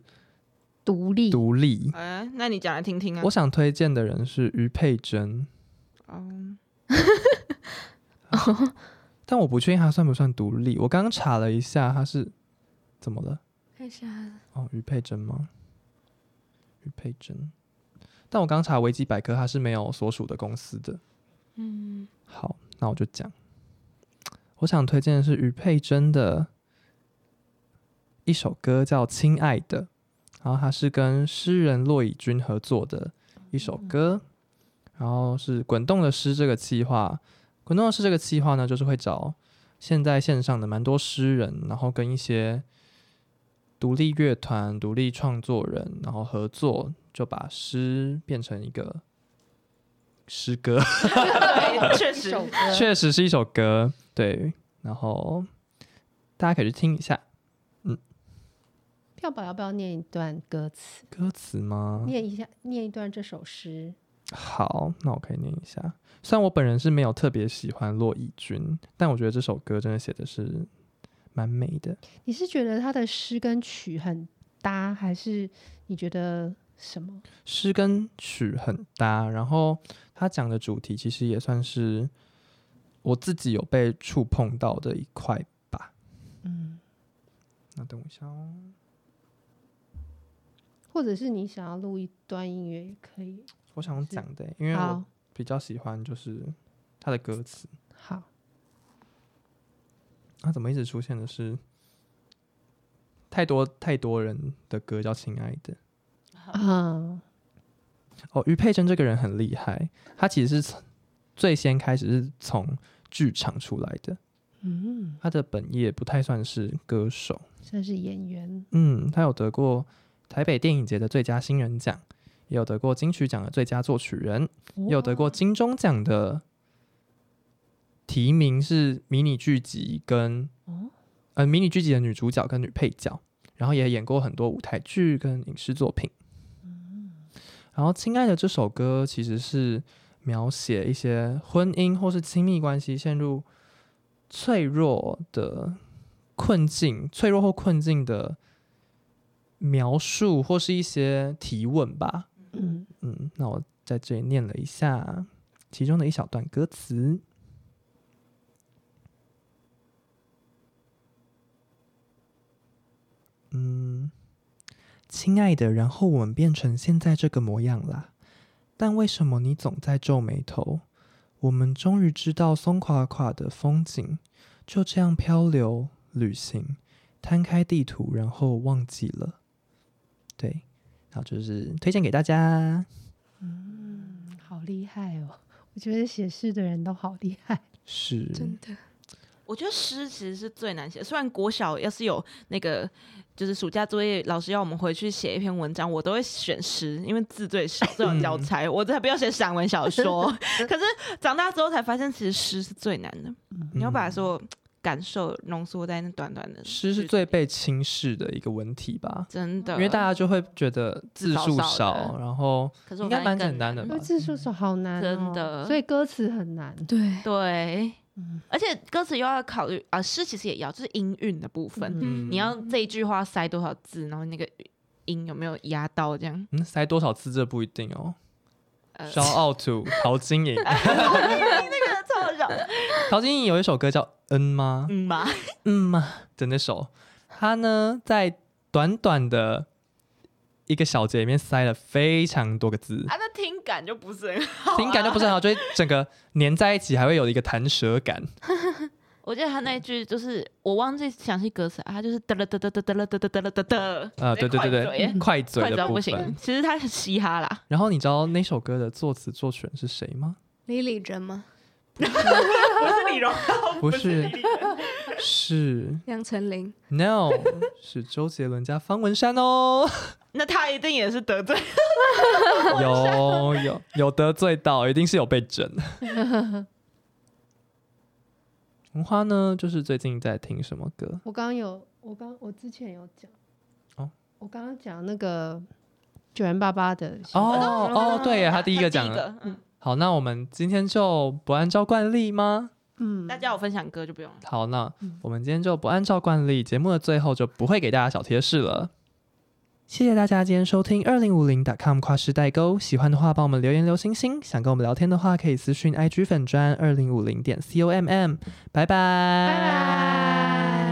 D: 独 立
A: 独立，
C: 哎，那你讲来听听啊
A: 我。想推荐的人是于佩珍，
C: 嗯，
A: 但我不确定他算不算独立，我刚刚查了一下，他是怎么了？
B: 看一下，
A: 哦，于佩珍吗？于佩珍，但我刚查维基百科，它是没有所属的公司的。
B: 嗯，
A: 好，那我就讲，我想推荐的是于佩珍的一首歌，叫《亲爱的》，然后它是跟诗人骆以军合作的一首歌，然后是滚动的诗这个计划，滚动的诗这个计划呢，就是会找现在线上的蛮多诗人，然后跟一些独立乐团、独立创作人，然后合作，就把诗变成一个诗歌。
C: 对，确
D: 一
C: 实
D: 首歌
A: 确实是一首歌，对。然后大家可以去听一下
D: 票宝要不要念一段歌词？
A: 歌词吗？
D: 念一下，念一段这首诗。
A: 好，那我可以念一下。虽然我本人是没有特别喜欢骆以军，但我觉得这首歌真的写的是蛮美的。
D: 你是觉得他的诗跟曲很搭，还是你觉得什么？
A: 诗跟曲很搭，然后他讲的主题其实也算是我自己有被触碰到的一块吧。
D: 嗯，
A: 那等我一下哦。
D: 或者是你想要录一段音乐也可以。
A: 我想讲的、因为我
D: 好，
A: 比较喜欢就是他的歌词。
D: 好，
A: 他怎么一直出现的是太多太多人的歌叫《亲爱的》
D: 嗯，
A: 哦。于佩珍这个人很厉害，她其实是从最先开始是从剧场出来的，
D: 嗯，
A: 她的本业不太算是歌手。
D: 算是演员。
A: 嗯，她有得过台北电影节的最佳新人奖，也有得过金曲奖的最佳作曲人，也有得过金钟奖的提名是迷你剧集跟
D: 哦
A: 呃迷你剧集的女主角跟女配角，然后也演过很多舞台剧跟影视作品。然后，《亲爱的》这首歌其实是描写一些婚姻或是亲密关系陷入脆弱的困境、脆弱或困境的描述，或是一些提问吧。
D: 嗯，
A: 嗯，那我在这里念了一下其中的一小段歌词。嗯，亲爱的，然后我们变成现在这个模样啦。但为什么你总在皱眉头？我们终于知道松垮垮的风景，就这样漂流旅行，摊开地图，然后忘记了。对，然后就是推荐给大家。
D: 好厉害哦！我觉得写诗的人都好厉害。
A: 是，
B: 真的，
C: 我觉得诗其实是最难写，虽然国小要是有那个就是暑假作业，老师要我们回去写一篇文章，我都会选诗，因为字最少，最有
A: 嗯
C: 教材，我才不要写散文 小说。可是长大之后才发现，其实诗是最难的，你要把
A: 嗯
C: 所有感受浓缩在那短短的
A: 诗是
C: 句子
A: 最
C: 里
A: 被轻视的一个文体吧，
C: 真的，
A: 因为大家就会觉得字数
C: 字少少
A: 少，
C: 的
A: 然后
C: 可是我
A: 应该
C: 发现
A: 蛮
C: 更
A: 简单的
D: 因
A: 吧
D: 为。字数是好难、哦，
C: 嗯真的
D: 所以歌词很难。
B: 对，
C: 对
D: 嗯，
C: 而且歌词又要考虑啊，诗其实也要，就是音韵的部分，
A: 嗯
C: 你要这一句话塞多少字，然后那个音有没有压到这样。
A: 嗯，塞多少字这不一定哦。
C: 呃
A: Shout out to 陶晶 莹，
C: 那个超绕，
A: 陶晶莹有一首歌叫《 嗯吗？
C: 嗯吧，
A: 嗯吗》的那首，她呢在短短的一个小节里面塞了非常多个字，
C: 啊，那听感就不是很好、啊
A: 听感就不是很好，就会整个粘在一起，还会有一个弹舌感。
C: 我记得他那一句就是我忘记详细歌词啊，他就是得了得了得了得了得了得了，
A: 呃，对对对
C: 快
A: 对，嗯
C: 嘴
A: 快嘴
C: 快
A: 的
C: 到
A: 部
C: 不
A: 分
C: 行。。其实他是嘻哈啦，
A: 然后你知道那首歌的作词作曲人是谁 吗？
B: 李李珍吗？
C: 不是李荣浩，
A: 不是，是
B: 杨丞琳，
A: No，是 周杰伦加方文山哦。
C: 那他一定也是得罪。
A: 有有有得罪到，一定是有被整。红花呢，就是最近在听什么歌？
D: 我刚刚有，我刚我之前有讲，
A: 哦，
D: 我刚刚讲那个九元八八的
A: 哦哦，对耶，他第一个讲了。
C: 了，嗯，
A: 好，那我们今天就不按照惯例吗？
D: 嗯
C: 大，家有分享歌就不用了。
A: 好，那我们今天就不按照惯例，节目的最后就不会给大家小贴士了。谢谢大家今天收听二零五零 .com 跨世代沟，喜欢的话帮我们留言留星星，想跟我们聊天的话可以私讯 IG 粉砖二零五零点 com m，拜拜
D: 拜拜。